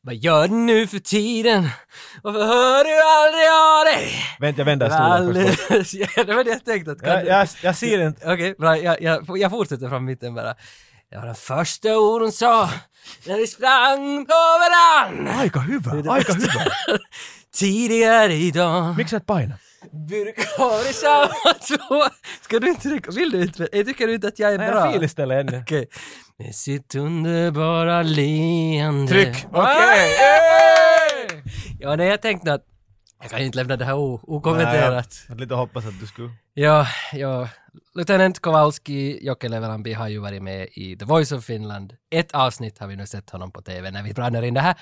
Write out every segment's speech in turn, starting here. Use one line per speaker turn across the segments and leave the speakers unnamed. Vad gör du nu för tiden? Varför hör du aldrig av dig?
Vänta, jag vänder stolen först.
Alldeles- Ja, det var det jag tänkte. Att kan
Jag,
du-
jag, jag ser inte.
Okej, bra. Jag, jag, jag fortsätter från mitten bara. Det var den första ord hon sa när vi sprang på varann.
Aika hyvä, aika hyvä.
Tidigare idag.
Miksi sä et paina?
Burkar i samma två. Ska du inte dricka? Vill du inte? Jag tycker inte att jag är
Nej,
bra.
jag filigställer ännu.
Okej. Med sitt underbara leende.
Tryck! Okej!
Aj! Ja, nej, jag tänkte att jag kan ju inte lämna det här o- okommenterat.
Jag hade lite hoppats att du skulle.
Ja, ja. Lieutenant Kowalski, Jocke Levelampi har ju varit med i The Voice of Finland. Ett avsnitt har vi nu sett honom på TV när vi brannar in det här.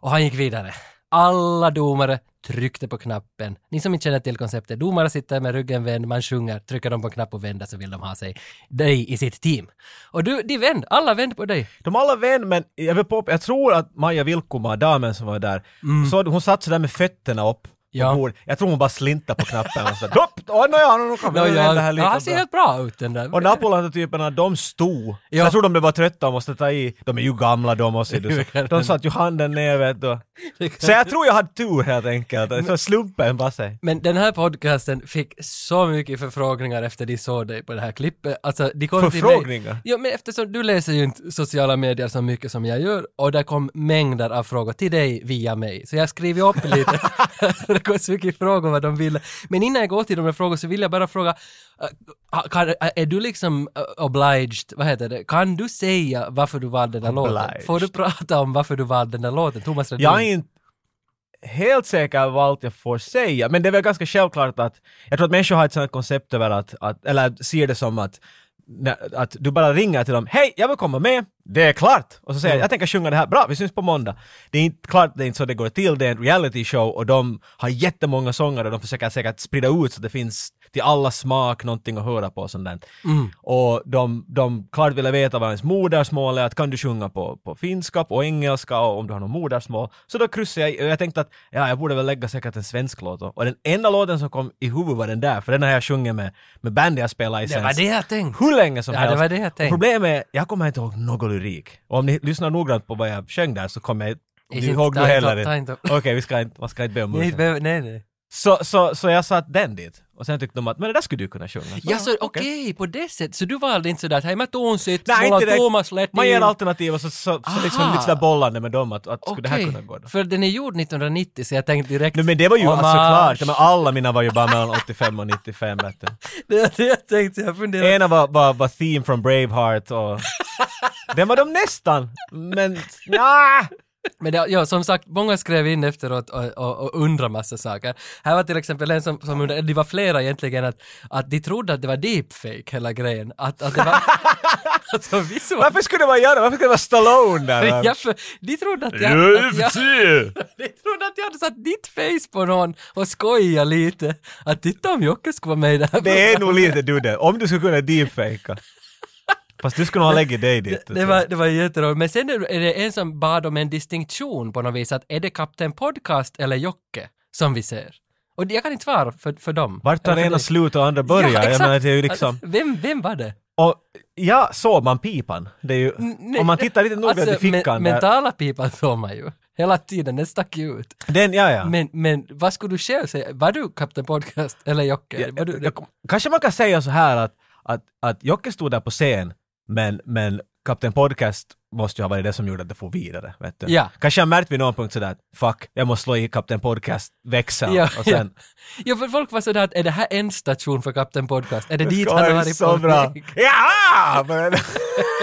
Och han gick vidare. Alla domare tryckte på knappen. Ni som inte känner till konceptet, domare sitter med ryggen vänd, man sjunger, trycker de på knapp och vänder så vill de ha sig, dig i sitt team. Och du, de vände, alla vände på dig.
De alla vän, men jag, vill pop, jag tror att Maja Vilkuma, damen som var där, så, hon satt sådär med fötterna upp på
Mm. Ja.
bordet. Jag tror hon bara slintade på knappen och sådär dopp! Åh, nåja, nu kommer
Ja,
det
ja,
det här
han
lika
ser
bra.
helt bra ut den där.
Och Napolanta-typerna, de stod. Så
Mm. Ja.
Jag tror de blev bara trötta och måste ta i. De är ju gamla de också. du ser. De satt ju handen ner vet du. Så jag tror jag hade tur helt enkelt. Så slumpen bara sig.
Men den här podcasten fick så mycket förfrågningar efter de såg dig på det här klippet. Alltså, de kom Till
Förfrågningar?
mig. Ja, men eftersom du läser ju inte sociala medier så mycket som jag gör och där kom mängder av frågor till dig via mig. Så jag skrev ju upp lite. det kom så mycket frågor vad de ville. Men innan jag går till de här frågorna så vill jag bara fråga, äh, kan, äh, är du liksom äh, obliged, vad heter det, kan du säga varför du valde den här låten?
Obliged.
Får du prata om varför du valde den här låten? Thomas Ledin?
Jag är inte helt säker på allt jag får säga, men det är väl ganska självklart att jag tror att människor har ett sånt här koncept över att, att eller ser det som att när- att du bara ringer till dem, hej jag vill komma med, det är klart! Och så säger jag, jag tänker sjunga det här, bra vi syns på måndag. Det är inte klart, det är inte så det går till, det är en reality show och de har jättemånga sångare och de försöker säkert sprida ut så det finns till alla smak någonting att höra på och sånt där.
Mm.
Och de, de klart ville veta vad ens modersmål är, att kan du sjunga på, på finska, på engelska och om du har något modersmål. Så då kryssade jag, i- och jag tänkte att ja, jag borde väl lägga säkert en svensk låt då. Och den enda låten som kom i huvudet var den där, för den har jag sjungit med, med bandet jag spelar i
Det var
sen
det jag tänkte.
hur länge som
Ja,
helst.
det var det jag tänkte.
Och Problemet är, jag kommer inte ihåg någon lyrik. Och om ni lyssnar noggrant på vad jag sjöng där så kommer jag
Inte
du ihåg du
ta-
heller
ta-
inte.
ta inte upp.
Okej, vi ska inte, man ska inte be om
Nej,
ursäkt.
be- nej, nej.
Så, så, så jag satt den dit. Och sen tyckte de att, men det där skulle du kunna sjunga. Så,
Ja, så okej, på det sättet. Så du valde inte sådär att hej, mä tuun sit,
Nej,
mulla
inte
on
direkt.
Thomas Ledin.
Man ger alternativ och så, så, så liksom
Aha.
lite sådär bollande med dem att, att skulle det här
Okej,
kunna gå då?
för den är gjord 1990 så jag tänkte direkt...
Nej, men det var ju
Hommage.
alltså klart, men alla mina var ju bara mellan 85 och 95 vet du.
Det var det jag tänkte, jag funderade.
Ena var, var, var Theme från Braveheart och... Den var de nästan, men ja.
Men det, ja, som sagt, många skrev in efteråt och, och, och undrade massa saker. Här var till exempel en som, som undrade, det var flera egentligen, att, att de trodde att det var deepfake hela grejen. Att, att det var... Alltså, att de visste vad...
Varför skulle det vara Janne? Varför skulle det vara Stallone där?
Ja, för de trodde att jag... Att jag de trodde att jag hade satt ditt face på någon och skojat lite. Att titta om Jocke skulle vara med i det här
Det är nog lite du det. Om du skulle kunna deepfakea. Fast du skulle nog ha läggt dig dit.
Det var, det var jätteroligt. Men sen är det- är det en som bad om en distinktion på något vis, att är det Kapten Podcast eller Jocke som vi ser? Och jag kan inte svara för, för dem.
Vart tar
Eller för
ena
dig.
slut och andra börjar?
Ja,
jag
exakt.
menar, det är ju liksom...
Alltså, Vem, vem var det?
Och ja, såg man pipan? Det är ju...
nej.
om man tittar lite noggrant i fickan
alltså, men,
där.
mentala pipan såg man ju. Hela tiden, den stack ju ut.
Den, ja, ja.
Men, men vad skulle du själv säga? Var du Kapten Podcast eller Jocke? Var du,
jag, jag, kanske man kan säga så här att, att, att Jocke stod där på scen, men, men Kapten Podcast måste ju ha varit det som gjorde att det får vidare. Vet du?
Ja.
Kanske jag märkt vid någon punkt sådär att fuck, jag måste slå i Kapten Podcast-växeln
Ja,
och sen...
ja, för folk var sådär att är det här en station för Kapten Podcast? Är det, dit
ska
han har
vara
varit
så
på
bra!
väg?
Ja! Men-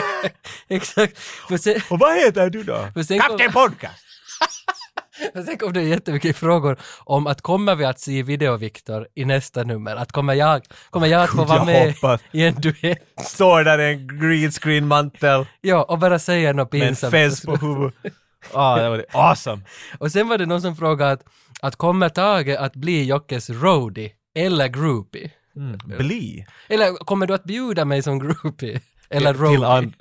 Exakt. För sen,
Och vad heter du då?
För sen
Kapten Podcast!
Men Sen kom det jättemycket frågor om att kommer vi att se Video-Viktor i nästa nummer? Att kommer jag, kommer jag att få
Gud,
vara
jag
med
hoppas.
i en duett?
Står där i en green screen mantel
Ja, och bara säga något
med en
pinsamt.
fez på huvudet. Ah, det var awesome!
Och sen var det någon som frågade att, att kommer Tage att bli Jockes roadie eller groupie?
Mm, Bli?
Eller kommer du att bjuda mig som groupie? Eller roadie?
Till and-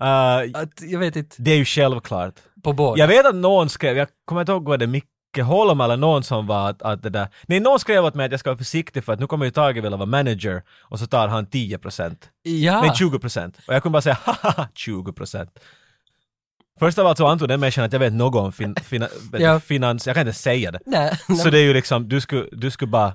Eh,
Att, jag vet inte,
det är ju självklart.
på båda.
Jag vet att någon skrev, jag kommer inte ihåg vad det är, Micke Holm eller någon som var att, att det där, nej någon skrev åt mig att jag ska vara försiktig för att nu kommer ju Tage vilja vara manager och så tar han 10%,
Ja,
nej 20% och jag kunde bara säga haha 20% Först av allt så antog den människan att jag vet något om fin, fina, vet du,
Ja.
finans, jag kan inte ens säga det.
Nej,
Så det är ju liksom, du skulle, du skulle bara...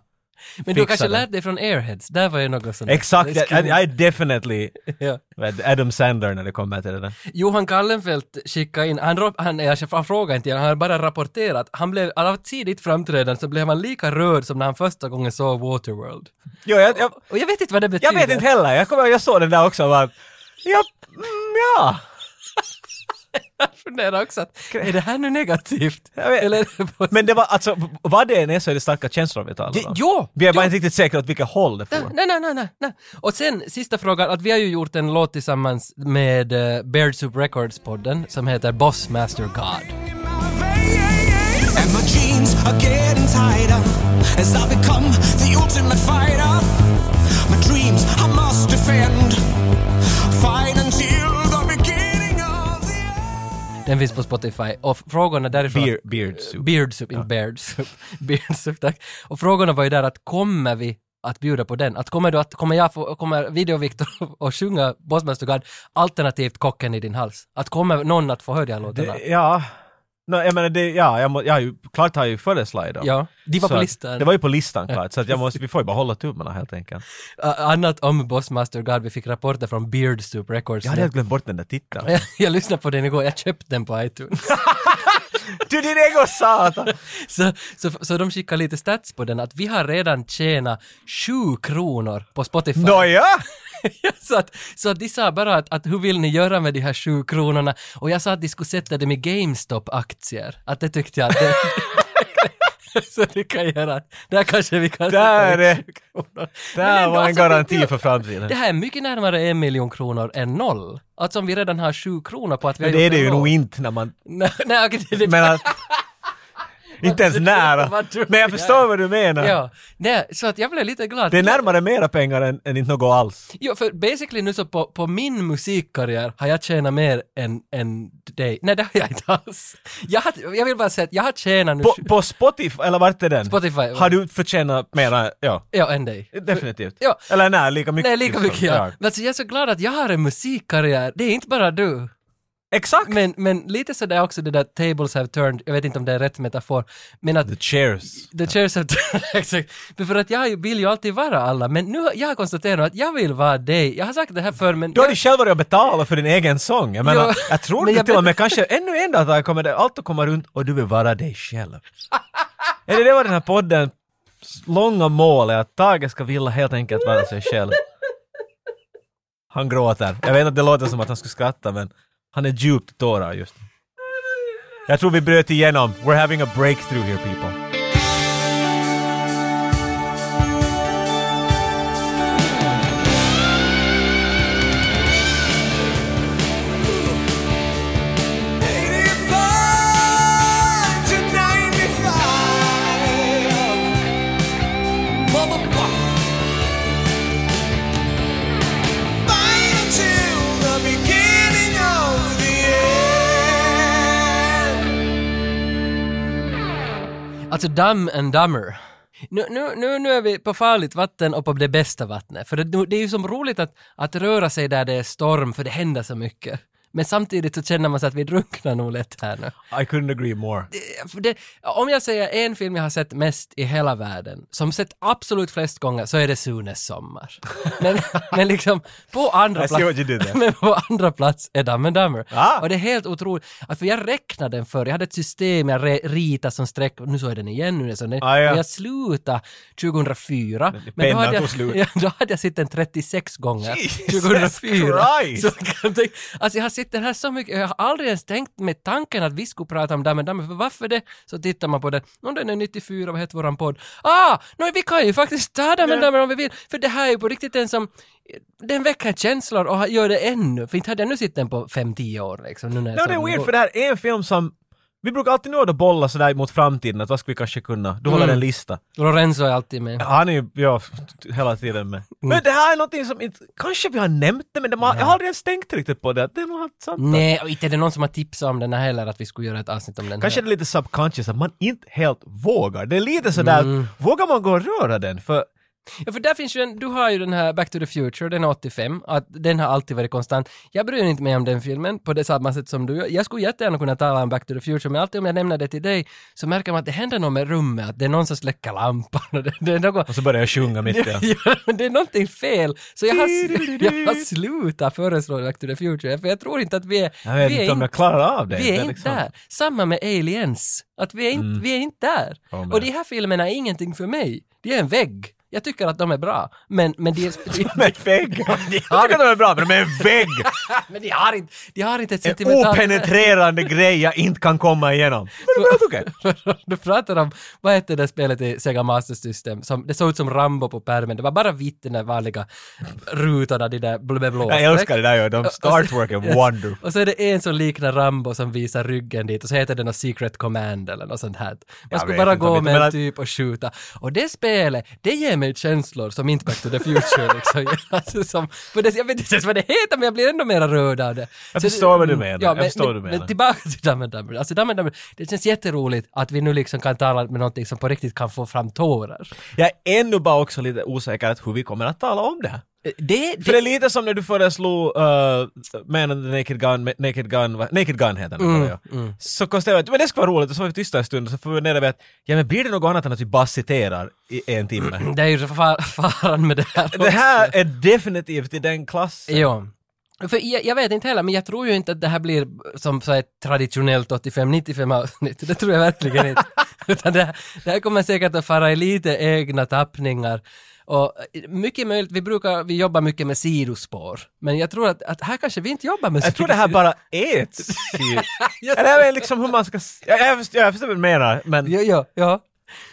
men du har
fixa
kanske
det.
lärt dig från Airheads, där var ju något sånt.
Exakt,
Det
jag,
skulle-
jag är definitely
ja.
vet, Adam Sandler när det kommer till det där.
Johan Kallenfelt skickade in, han, rop- han, han, han frågade inte, han har bara rapporterat. Han blev, av tidigt framträdande så blev han lika röd som när han första gången såg Waterworld.
Jo, jag, jag,
Och jag vet inte vad det betyder.
jag vet inte heller, jag, kommer, jag såg den där också och bara... Ja, mm, ja.
Jag funderar också att, är det här nu negativt?
Jag vet-
Eller är det på...
Men det var alltså, vad det än är så är det starka känslor vi talar om.
Jo!
Vi är bara inte riktigt säkra åt vilka håll det
Ja,
får.
Nej, nej, nej, nej, nej. Och sen sista frågan, att vi har ju gjort en låt tillsammans med uh, Beard Soup Records-podden som heter Boss Master God.
And my jeans are getting tighter as I become the ultimate fighter. My dreams I must defend. Fight until the beginning of the end.
Den finns på Spotify och frågorna därifrån...
Beer, beard soup.
Beard soup, inte beard soup. Beard soup, tack. Och frågorna var ju där att kommer vi att bjuda på den? Att kommer, du att, kommer jag få, kommer Video-Viktor att sjunga Bossmaster God alternativt Kocken i din hals? Att kommer någon att få höra de här låtarna?
Det- Ja. Nej, jag menar det, ja, jag, må, jag har ju, klart har jag ju föreslagit dem.
Ja, de var
Så
på
att-
listan.
Det var ju på listan klart, så att jag måste, vi får ju bara hålla tummarna helt enkelt.
Ä- Annat om Bossmaster God, vi fick rapporter från Beard Soup Records.
Jag hade helt glömt bort den där titeln.
jag, jag lyssnade på den igår, jag köpte den på iTunes.
Du din ego satan!
så, så, så de skickade lite stats på den, att vi har redan tjänat 7 kronor på Spotify.
Nåja!
så, att, så att de sa bara att, att hur vill ni göra med de här 7 kronorna? Och jag sa att de skulle sätta dem i GameStop-aktier. Att det tyckte jag att det... Så ni kan göra. Där kanske vi kan...
Där är...
kronor. Men
Där
ändå,
var en
alltså,
garanti
det-
för
Det
framtiden.
här är mycket närmare en miljon kronor än noll. Alltså om vi redan har 7 kronor på att vi
Men
har
det är
gjort
det
en
ju
låt.
nog inte när man...
Nej, nej, okej, det, det,
Men att, inte ens nära.
Vad tror
Men jag
jag?
förstår vad du menar.
Ja, nej, så att jag blev lite glad.
Det är närmare mera pengar än, än inte något alls.
Jo, för basically nu så på, på min musikkarriär har jag tjänat mer än, än dig. Nej, det har jag inte alls. Jag, har, jag vill bara säga att jag har tjänat nu...
På, på Spotify, eller vart är den?
Spotify.
Har du förtjänat mera, ja.
Ja, än dig.
Definitivt.
Ja.
Eller nej, lika mycket.
Nej, lika
liksom.
mycket ja. Men alltså jag är så glad att jag har en musikkarriär. Det är inte bara du.
Exakt!
Men, men lite sådär också det där tables have turned, jag vet inte om det är rätt metafor, men att
The chairs.
The chairs have turned, exakt. Men för att jag vill ju alltid vara alla, men nu har- jag har konstaterat att jag vill vara dig. Jag har sagt det här förr, men...
Du har ju själv varit och betalat för din egen sång. Jag menar,
Ja.
jag tror
Men
du
jag
till och med kanske ännu en dag att det kommer, allt att komma runt och du vill vara dig själv. Eller det var den här podden långa mål är att Tage ska vilja helt enkelt vara sig själv. Han gråter. Jag vet att det låter som att han skulle skratta men han är djupt i tårar just nu. Jag tror vi bröt igenom. We're having a breakthrough here people.
Eighty-five to ninety-five. Motherfucker. Fight until the beginning of the end.
Alltså Dumb and Dumber. Nu, nu, nu, nu är vi på farligt vatten och på det bästa vattnet. För det, det är ju som roligt att, att röra sig där det är storm, för det händer så mycket. Men samtidigt så känner man sig att vi drunknar nog lätt här nu.
I couldn't agree more.
Eh, för det, om jag säger en film jag har sett mest i hela världen, som sett absolut flest gånger, så är det Sunes sommar. Men, men liksom, på andra
I see what you
plats...
did there.
Men på andra plats är Dumb and Dumber.
Ah.
Och det är helt otroligt. Att för jag räknade den förr, jag hade ett system jag re- ritade som streck, nu så är den igen nu. är Så den,
Ah, ja.
Och jag slutade 2004.
pennan
hade jag,
tog slut.
ja, då hade jag sett den 36 gånger.
Jesus
2004.
Christ.
Så kan jag tänka- alltså jag har sett den här så mycket, jag har aldrig ens tänkt med tanken att vi skulle prata om Dumb and Dumber, för varför det? Så tittar man på den, om den är 94, vad heter våran podd? Ah! No, vi kan ju faktiskt ta Dumb and Dumber om vi vill, för det här är ju på riktigt den som, den väcker känslor och gör det ännu, för inte hade jag nu sett den på 5-10 år liksom. Nu när jag
Ja,
såg
det är
den
weird
igår.
för det här är en film som vi brukar alltid nå att bolla sådär mot framtiden, att vad skulle vi kanske kunna? Du håller
Mm.
en lista.
Lorenzo är alltid med.
Han är ju, ja, t- hela tiden med. Men det här är någonting som inte, kanske vi har nämnt det, men de har, jag har aldrig ens tänkt riktigt på det. att Det är något sant.
Nej, och inte är det någon som har tipsat om den här heller, att vi skulle göra ett avsnitt om den
Kanske
här.
det är Mm. lite subconscious att man inte helt vågar. Det är lite sådär, att vågar man gå och röra den? För
Ja, för där finns ju en, du har ju den här Back to the Future, den är 85, att den har alltid varit konstant. Jag bryr inte mig om den filmen på det samma sätt som du gör. Jag skulle jättegärna kunna tala om Back to the Future, men alltid om jag nämner det till dig så märker man att det händer något med rummet, att det är någon som släcker lampan och det, det är något...
Och så börjar jag sjunga mitt i. allt.
Ja, men det är någonting fel, så jag har, jag har slutat föreslå Back to the Future, för jag tror inte att vi är...
Jag vet
vi är
inte om jag klarar av det.
vi är
Det
inte
liksom-
där. Samma med Aliens. Att vi är, inte, vi är inte där.
Mm. Ja, men-
och de här filmerna är ingenting för mig. De är en vägg. Jag tycker att de är bra. Men, men, de,
De är en vägg! Jag tycker de är bra, men de är en vägg!
men de, har inte, de har inte ett
En
sentimentalt...
openetrerande grej jag inte kan komma igenom. Men det är bra, tycker
du pratar om, vad hette det spelet i Sega Master System? Som, det såg ut som Rambo på pärmen. Det var bara vitt, den där vanliga rutan där, de där bl- med blå
jag. Jag älskar det där ju. De
Och- och så-
artwork är wonderful.
Och så är det en som liknar Rambo som visar ryggen dit och så heter det något Secret Command eller något sånt här. Man
Jag
skulle
vet
bara
inte
gå
om inte,
med
men
en
att-
typ och skjuta. Och det spelet, det ger mig känslor som inte Back to the Future liksom. alltså som, för det, jag vet inte ens vad det heter men jag blir ändå mera rörd av det.
Jag
Så det-
förstår vad du menar,
Ja,
jag
men, men,
förstår vad du menar.
Men tillbaka till Dumb and Dumber. Alltså Dumb and Dumber, det känns jätteroligt att vi nu liksom kan tala med någonting som på riktigt kan få fram tårar.
Jag är ännu bara också lite osäker att hur vi kommer att tala om det här.
Eh, Det,
För
det
det är lite som när du föreslog uh, Man and the Naked Gun, Ma- Naked Gun, va- Naked Gun heter den. Mm, Så konstaterade jag att men det skulle vara roligt och så var vi tysta en stund och så funderade vi att ja men blir det något annat än att vi bara citerar i en timme?
det är ju far, faran med det här.
det här är definitivt i den klassen.
Ja. För jag, jag vet inte heller, men jag tror ju inte att det här blir som så ett traditionellt 85-95 avsnitt. Det tror jag verkligen inte. Utan det, här- det här kommer säkert att fara i lite egna tappningar. Och mycket möjligt, vi brukar, vi jobbar mycket med sidospår. Men jag tror att, att här kanske vi inte jobbar med
Jag tror det här bara är ett...
Ja.
Eller jag vet liksom hur man ska... s- Jag, jag, förstår, jag förstår vad du menar, men...
Ja, ja, ja.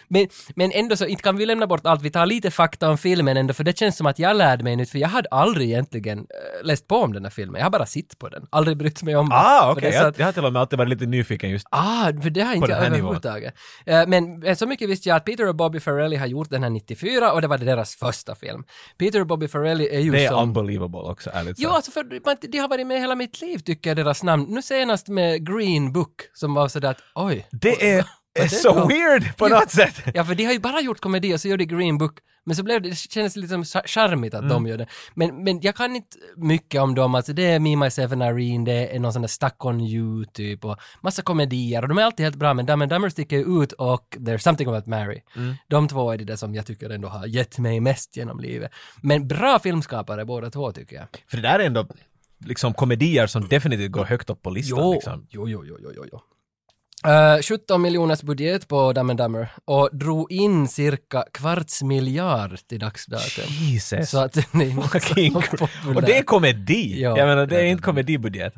Men, men ändå så, inte kan vi lämna bort allt. Vi tar lite fakta om filmen ändå, för det känns som att jag lärde mig nytt, för jag hade aldrig egentligen eh, läst på om den här filmen. Jag har bara sett på den, aldrig brytt mig om den.
Ah,
Och
okej.
det är så
Jag,
att-
jag har till och med alltid varit lite nyfiken just.
Ah, för det har inte
den
jag
här nivån.
överhuvudtaget. Eh, Men eh, så mycket visste jag att Peter och Bobby Farrelly har gjort den här 94 och det var deras första film. Peter och Bobby Farrelly är ju
Det är
som...
unbelievable också, ärligt
Jo, alltså för man, de har varit med hela mitt liv tycker jag, deras namn. Nu senast med Green Book som var sådär att oj.
Det är, är
det
så
bra?
weird på
Ja.
något sätt.
Ja, för de har ju bara gjort komedier, så gör de Green Book. Men så blev det, det kändes lite som char- charmigt att de gör det. Men, men jag kan inte mycket om dem, alltså det är Me, Myself and Irene, det är någon sån där Stuck on You typ och massa komedier och de är alltid helt bra men Dumb and Dumber sticker ju ut och There's something about Mary. De två är det där som jag tycker ändå har gett mig mest genom livet. Men bra filmskapare båda två tycker jag.
För det där är ändå liksom komedier som definitivt går högt upp på listan. Liksom.
jo, jo, jo, jo, jo, jo. Eh, 17 miljoners budget på Dumb and Dumber och drog in cirka kvarts miljard till dags dato.
Jesus.
Så att den är inte
Fucking
så populär.
och det är komedi!
Ja,
jag menar, det
det
är
är
inte komedibudget.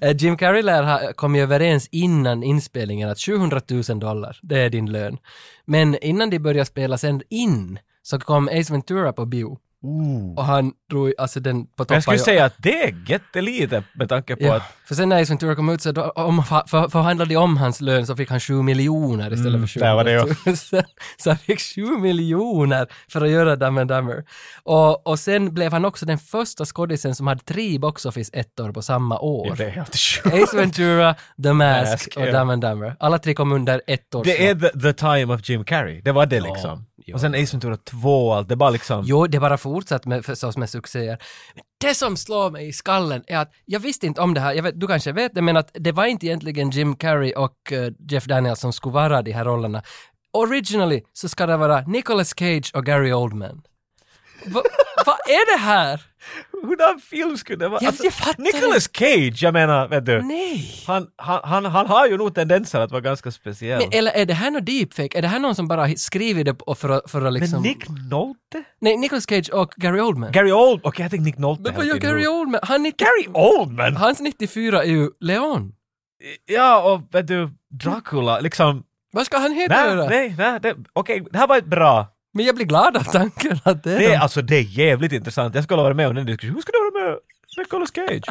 Eh, Jim Carrey lär ha kommit överens innan inspelningen att 700 000 dollar, det är din lön. Men innan de började spela sen in så kom Ace Ventura på bio. Och han drog alltså den på
Men
toppen.
jag skulle säga att det är jättelite med tanke på
Ja,
att...
för sen när Ace Ventura kom ut så då, om, för, förhandlade de om hans lön så fick han 7 miljoner istället
Mm,
för 700
där var det ju.
000. Så han fick 7 miljoner för att göra Dumb and Dumber. Och, och sen blev han också den första skådisen som hade tre box office ettor på samma år.
Det är helt sjukt.
Ace Ventura, The Mask
Mask,
och
ja.
Dumb and Dumber. Alla tre kom under ett år.
Det är the, the time of Jim Carrey. Det var det liksom.
ja.
Och sen Ace Ventura 2 och allt. Det bara liksom...
Jo, det bara fortsatt med, förstås med succéer. Det som slår mig i skallen är att jag visste inte om det här, jag vet, du kanske vet det, men att det var inte egentligen Jim Carrey och eh, Jeff Daniels som skulle vara de här rollerna. Originally så ska det vara Nicolas Cage och Gary Oldman. Va- Vad är det här?
Hurdan film skulle det vara? Alltså,
Jag- jag fattar
Nicolas Cage, jag menar, vet du.
Nej!
Han, han, han, han har ju nog tendenser att vara ganska speciell.
Men, eh,
Men,
eller är det här något deepfake? Är det här någon som bara skriver det och för, att- för att liksom...
Nick Nolte?
Nej, Nicolas Cage och Gary Oldman.
Gary Oldman? Okej, jag tänkte Nick Nolte.
Men
hela
vad gör
tiden.
Gary Oldman? Han 90,
Gary Oldman?
hans 94 är ju Leon.
Ja, och vet du, Dracula, liksom...
Vad ska han heta
Nej,
då?
nej, nej, det- okej, det här var ett bra.
Men jag blir glad av tanken att det är
Det är,
de.
alltså, det är jävligt intressant. Jag skulle vara med om den diskussionen. Hur skulle du vara med Nicolas Cage?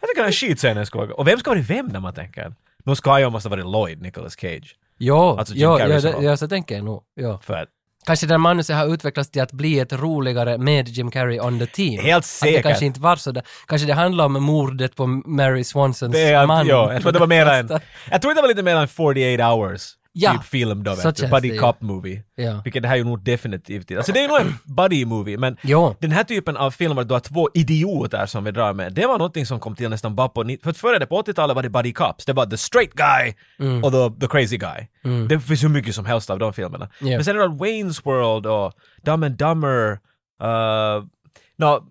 Jag tycker han är skitscenen ska vara. Och vem ska vara i vem när man tänker? Nu ska jag måste ha varit Lloyd, Nicolas Cage.
Jo,
alltså Jim
jo,
Carrey
ja,
som
det-
var-
ja, så tänker jag nog. Ja.
För att
Kanske den manuset har utvecklats till att bli ett roligare med Jim Carrey on the team.
Helt
Att det
säkert.
kanske inte var så där. Kanske det handlar om mordet på Mary Swansons
det är att,
man.
ja, jag tror det var mer än... Jag tror det var lite mer än 48 hours.
Ja,
typ film då,
så
vet du.
känns det
Buddy
ju.
Cop Movie.
Ja.
Vilket det här ju nog definitivt är. Alltså det är nog en buddy movie, men
Jo.
den här typen av filmer att du har två idioter som vi drar med, det var någonting som kom till nästan bara på... ni- För att före det, på 80-talet var det buddy cops. Det var the straight guy
Mm.
och the, the crazy guy. Det finns hur mycket som helst av de filmerna.
Ja.
Men sen är det Wayne's World och Dumb and Dumber. Uh, no,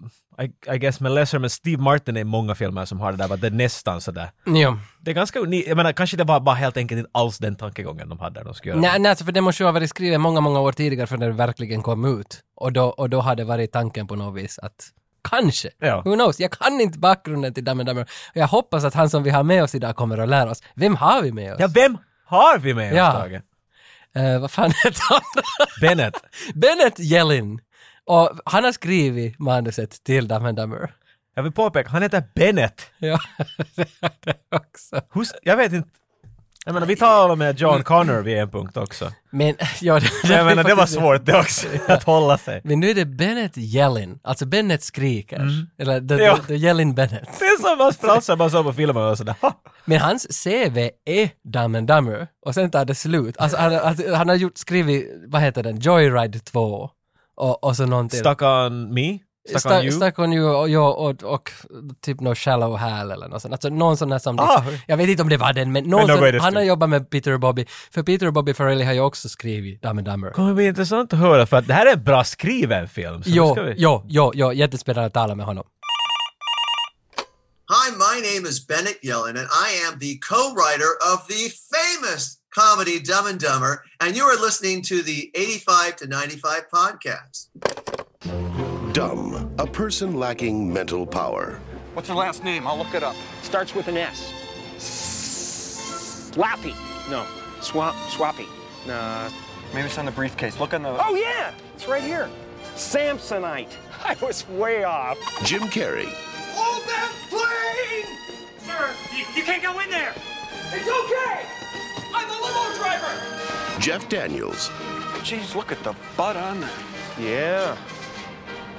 I, I guess med Lesser, men Steve Martin är många filmer som har det där, men det är nästan sådär.
Jo.
Det är ganska unikt. Jag menar, kanske det var bara helt enkelt inte alls den tankegången de hade när de skulle göra
Nej, nej, alltså för det måste ju ha varit skrivet många, många år tidigare från när det verkligen kom ut. Och då, och då hade varit tanken på något vis att kanske,
Ja.
who knows, jag kan inte bakgrunden till Dumb and Dumber. Jag hoppas att han som vi har med oss idag kommer att lära oss. Vem har vi med oss?
Ja, vem har vi med oss,
Ja.
Tage?
Eh, vad fan heter han?
Bennett.
Bennett Jelin. Och han har skrivit manuset till Dumb and Dumber.
Jag vill påpeka, han heter Bennett.
Ja, det också.
Hus- jag vet inte. Jag menar, vi talade med John Connor vid en punkt också.
Men, ja, Mm. det,
Jag menar, det var svårt det också, att hålla sig.
Men nu är det Bennett Jelin, alltså Bennett skriker. Eller the,
Mm. Ja.
the, the Jelin Bennett.
Det är som hans fransar bara så på filmer och sådär. Ha!
Men hans CV är Dumb and Dumber och sen tar det slut. Alltså, han, alltså, han har gjort, skrivit, vad heter den, Joyride 2 och, och så någonting.
Stuck on me? Stuck on
Sta-
you?
Stuck on you och, ja, och, och, typ någon shallow hal eller något sånt. Alltså någon sån där som...
Ah.
jag vet inte om det var den, men någon
Men då var det
sån, han har
slut.
jobbat med Peter och Bobby. För Peter och Bobby Farrelly har ju också skrivit Dumb and Dumber.
Det kommer bli intressant att höra för att det här är en bra skriven film. Så nu
Jo,
ska vi...
jo, jo, jo, jättespännande att tala med honom.
Hi, my name is Bennett Yellen, and I am the co writer of the famous comedy Dumb and Dumber. And you are listening to the 85 to 95 podcast.
Dumb, a person lacking mental power.
What's her last name? I'll look it up.
Starts with an S. Slappy. No. Swap. Swappy. Nah.
Maybe it's on the briefcase. Look on the.
Oh yeah, it's right here. Samsonite. I was way off.
Jim Carrey,
Hold that plane! Sir, you, you can't go in there! It's okay! I'm the limo driver!
Jeff Daniels,
Jeez, Oh, look at the butt on that.
Yeah.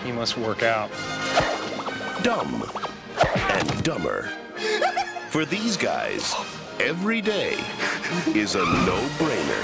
He must work out.
Dumb, and Dumber. For these guys, every day is a no brainer.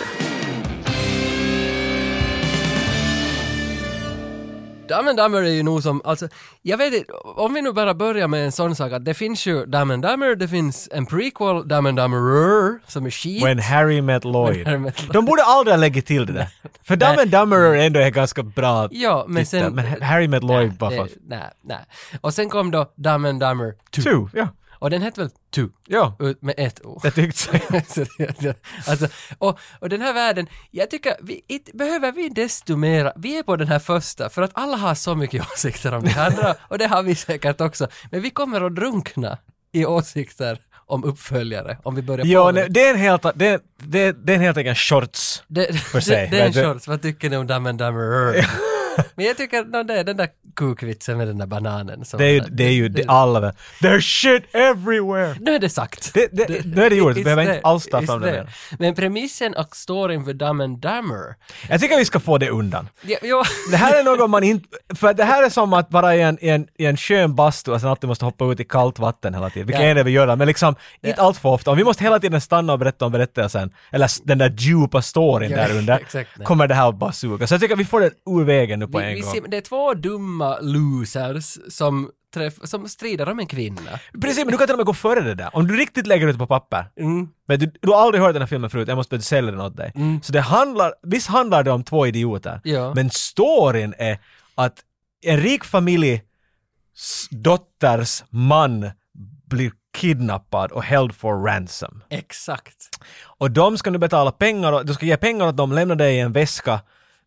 Dumb and Dumber är ju nog som, alltså, jag vet inte, om vi nu bara börjar med en sån sak att det finns ju Dumb and Dumber, det finns en prequel, Dumb and Dumberer, som är skit.
When Harry Met Lloyd.
When Harry Met Lloyd.
De borde aldrig ha lägga till det där. För Dumb and Dumber är ändå en ganska bra
Ja, men
titel.
sen-
Men Ha- Harry Met Lloyd bara
det,
för...
nej, nej. Och sen kom då Dumb and Dumber 2.
Two, ja.
Och den hette väl 2?
Ja.
Ut Med ett O.
Jag tyckte så.
Så det- det- alltså, och, och den här världen, jag tycker, vi, it, behöver vi desto mera, vi är på den här första, för att alla har så mycket åsikter om det andra, och det har vi säkert också, men vi kommer att drunkna i åsikter om uppföljare, om vi börjar
Ja,
på
nej,
med-
det är en helt, det är, det är, det är en helt egen shorts.
det,
för sig,
det, det är en
vet du.
shorts, vad tycker ni om Dumb and Dumber? men jag tycker, no, det är den där kukvitsen med den där bananen. Som
Det är ju, det är ju det, alla vet. There's shit everywhere!
Nu är det sagt.
Det- det- nu är det gjort. Vi
It's
behöver inte
there.
alls ta
It's
fram det
there.
mer.
Men premissen och storyn för Dumb and Dumber.
Jag tycker vi ska få det undan.
Ja, ja.
Det här är något man inte... För det här är som att vara i en, i en, i en skön bastu och sen alltid måste hoppa ut i kallt vatten hela tiden. Vilket
Ja.
är det vi gör där, men liksom inte allt för ofta. Om vi måste hela tiden stanna och berätta om berättelsen, eller s- den där djupa storyn
Ja,
där under,
exakt, nej.
kommer det här att bara suga. Så jag tycker vi får den ur vägen nu på
vi,
en
vi
gång.
ser, det är två dumma losers som, träff, som strider om en kvinna.
Precis, men du kan till och med gå före det där. Om du riktigt lägger ut det på papper. Men du, du har aldrig hört den här filmen förut, jag måste börja sälja den åt dig. Så det handlar, visst handlar det om två idioter.
Ja.
Men storyn är att en rik familj s- dotters man blir kidnappad och held for ransom.
Exakt. och
Och de ska nu betala pengar, och- du ska ge pengar åt dem, lämna dig i en väska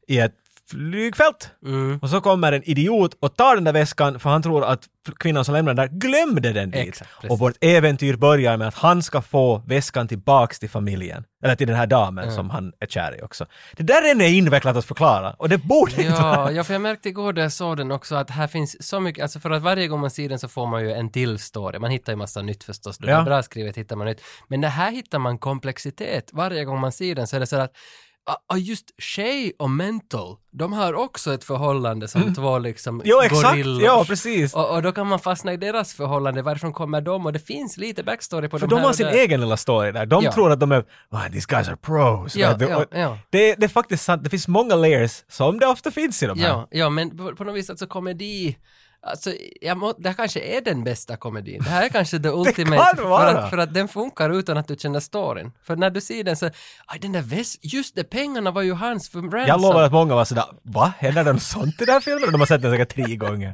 i ett flygfält.
Mm.
Och så kommer en idiot och tar den där väskan för han tror att kvinnan som lämnade den där glömde den dit.
Exakt, precis.
och vårt äventyr börjar med att han ska få väskan tillbaks till familjen. Eller till den här damen
Mm.
som han är kär i också. Det där är nog invecklat att förklara och det borde inte vara.
Ja, ja, för jag märkte igår när jag såg den också att här finns så mycket, alltså för att varje gång man ser den så får man ju en till story. Man hittar ju massa nytt förstås, då det
Ja.
är bra skrivet hittar man nytt. Men det här hittar man komplexitet. Varje gång man ser den så är det så att Ja, Och just Shay och Mental, de har också ett förhållande som två liksom
Jo, exakt.
gorillor.
Mm. Ja, precis.
Och, och då kan man fastna i deras förhållande, varifrån kommer de? Och det finns lite backstory på
För
de
de
här
har
och
sin
där.
egen lilla story där. De
Ja.
tror att de är "Ah, “these guys are pros”.
Ja,
Right? De-
ja,
och-
ja.
Det, det är faktiskt sant, det finns många layers som det ofta finns i de här.
Ja, ja men på, på något vis alltså komedi, alltså jag må, det här kanske är den bästa komedin. Det här är kanske the ultimate.
kan vara.
För, att, för att den funkar utan att du känner storyn. För när du ser den så, aj den där väst, just det, pengarna var ju hans för ransom.
Jag lovar att många var sådär “Va? Händer det något sånt i den här filmen?” De har sett den säkert tre gånger.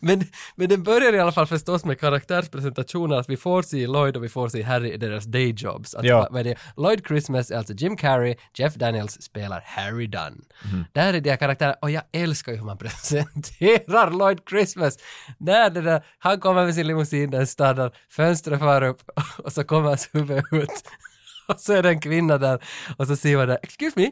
men, men det börjar i alla fall förstås med karaktärspresentationer, att vi får se Lloyd och vi får se Harry i deras day jobs. Att,
Ja.
vad- vad är det? Lloyd Christmas är alltså Jim Carrey, Jeff Daniels spelar Harry Dunn. Där är de karaktärerna, och jag älskar ju hur man presenterar Lloyd Christmas. När det där, han kommer med sin limousin, den stannar, fönstret far upp och så kommer hans huvud ut. Och så är det en kvinna där och så säger man där, excuse me,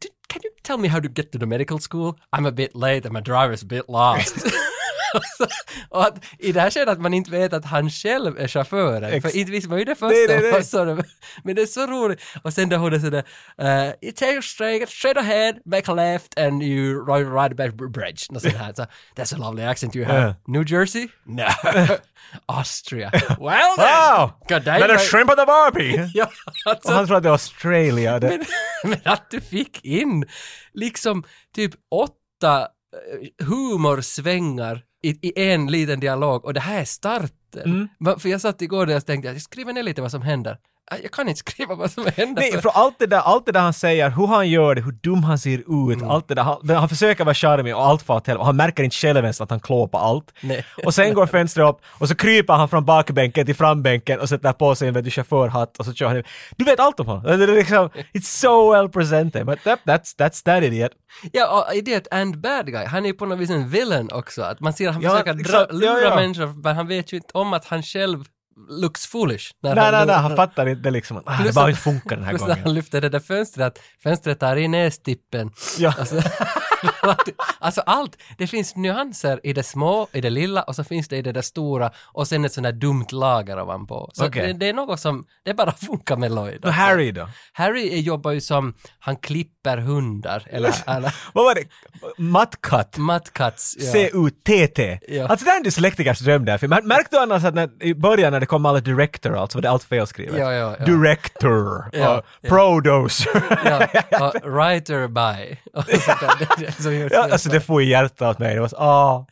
d- can you tell me how to get to the medical school? I'm a bit late and my driver's a bit lost. Och så- och att, I det här skedet att man inte vet att han själv är chauffören,
Ex-
för inte visste man ju det första.
Nej, nej, nej.
Och så- Men det är så roligt. Och sen där hon är sådär, uh, you take a straight, straight ahead, make a left and you ride right back bridge. Något sånt här. Så, That's a lovely accent you have.
Ja.
New Jersey? No. Austria.
Ah!
Well then!
Wow!
God damn,
Men en
mate.
shrimp on the barbie!
Ja, alltså,
Och han tror att det är Australien. Det,
men, men att du fick in liksom typ åtta eh, humorsvängar i, i en liten dialog och det här är starten.
Mm.
Va- För jag satt igår där och tänkte jag skriver ner lite vad som händer. Ah, Jag kan inte skriva vad som händer.
Nej,
för-
för allt det, där, allt det där han säger, hur han gör det, hur dum han ser ut,
Mm.
allt det där. Han, men han försöker vara charmig och allt far åt helvete. Han märker inte själv ens att han klår på allt.
Nej.
Och sen går fönstret upp och så kryper han från bakbänken till frambänken och sätter på sig en vet du, chaufförhatt och så kör han in. Du vet allt om honom. Det är liksom, it's so well presented. But that, that's, that's that idiot.
Ja, och idiot and bad guy. Han är ju på något vis en villain också. Att man ser att han
Ja,
försöker
exakt.
dra, lura
Ja, ja.
människor men han vet ju inte om att han själv looks foolish. När
Nej, nej, nej,
lurar-
han fattar inte liksom. att, Ah, det bara inte funkar den här
Plus när
gången.
han lyfter det där fönstret, att fönstret tar i nästippen.
Ja.
Alltså, alltså allt, det finns nyanser i det små, i det lilla och så finns det i det där stora och sen ett sånt där dumt lager ovanpå. Så
Okej.
det, det är något som, det bara funkar med Lloyd.
Och Harry då?
Harry är- jobbar ju som, han klipper hundar, eller, eller
Vad var det? Mattkatt?
matkats. Ja.
C-U-T-T.
Ja.
Alltså det är en dyslektikers dröm där. För man- Märkte du annars att när, i början när det kom alla director alltså var det allt felskrivet?
Ja, ja, ja.
Director.
Ja,
och Producer.
ja, och writer by. Och sånt där. Det- det är som gjort
ja, alltså det får ju hjärtat åt mig. Det var så, ah.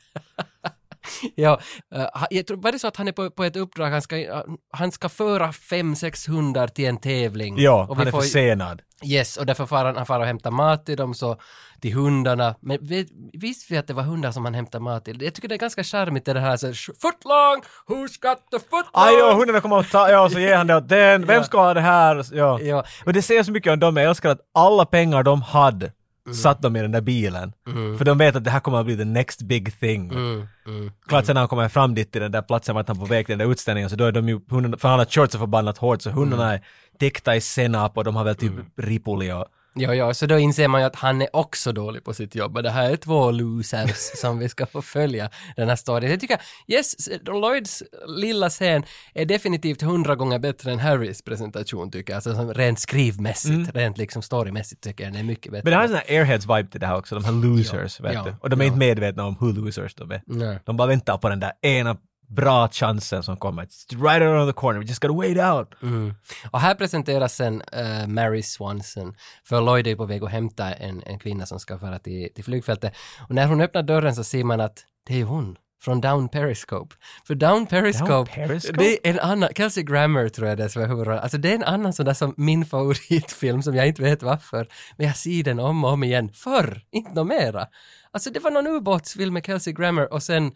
Ja, eh, ha- jag tror, var det så att han är på, på ett uppdrag, han ska, eh, han ska föra fem, sex hundar till en tävling?
Ja,
och vi
han är
får,
försenad.
Yes, och därför far han, han far och hämtar mat till dem, så till hundarna. Men vet, visste vi att det var hundar som han hämtade mat till? Jag tycker det är ganska charmigt det här, så, sh- foot long, who's got the foot long?
Ah, ja, hundarna kommer att ta, ja, så ger han det åt den. Vem
Ja.
ska ha det här? Ja.
Ja.
Men det säger så mycket om dem. Jag älskar att alla pengar de hade
Mm.
satt de i den där bilen. För de vet att det här kommer att bli the next big thing.
Mm, mm.
Klart sen när han kommer fram dit till den där platsen vart han på väg till den där utställningen så då är de ju, hundarna, för han har kört så förbannat hårt så hundarna
Mm.
är täckta i senap och de har väl typ ripoli och...
Ja, ja, så då inser man ju att han är också dålig på sitt jobb. Och Det här är två losers som vi ska få följa den här storyn. Jag tycker, yes, Lloyds lilla scen är definitivt hundra gånger bättre än Harrys presentation tycker jag. Alltså som rent skrivmässigt, rent liksom storymässigt tycker jag den är mycket bättre.
Mm. Men det har en sån här airheads-vibe till det här också, de här losers
Ja.
vet
Ja.
du. Och de är
Ja.
inte medvetna om hur losers de är.
Nej.
De bara väntar på den där ena bra chansen som kommer. It's right around the corner, we just gotta wait out.
Mm. Och här presenteras sen eh, Mary Swanson, för Lloyd är på väg att hämta en, en kvinna som ska föra till, till flygfältet. Och när hon öppnar dörren så ser man att det är hon från Down Periscope. För Down Periscope,
Down Periscope?
det är en annan, Kelsey Grammer tror jag det är som är huvudrollen. Alltså det är en annan sån där som min favoritfilm som jag inte vet varför. Men jag ser den om och om igen. Förr, inte något mera. Alltså det var någon ubåtsfilm med Kelsey Grammer och sen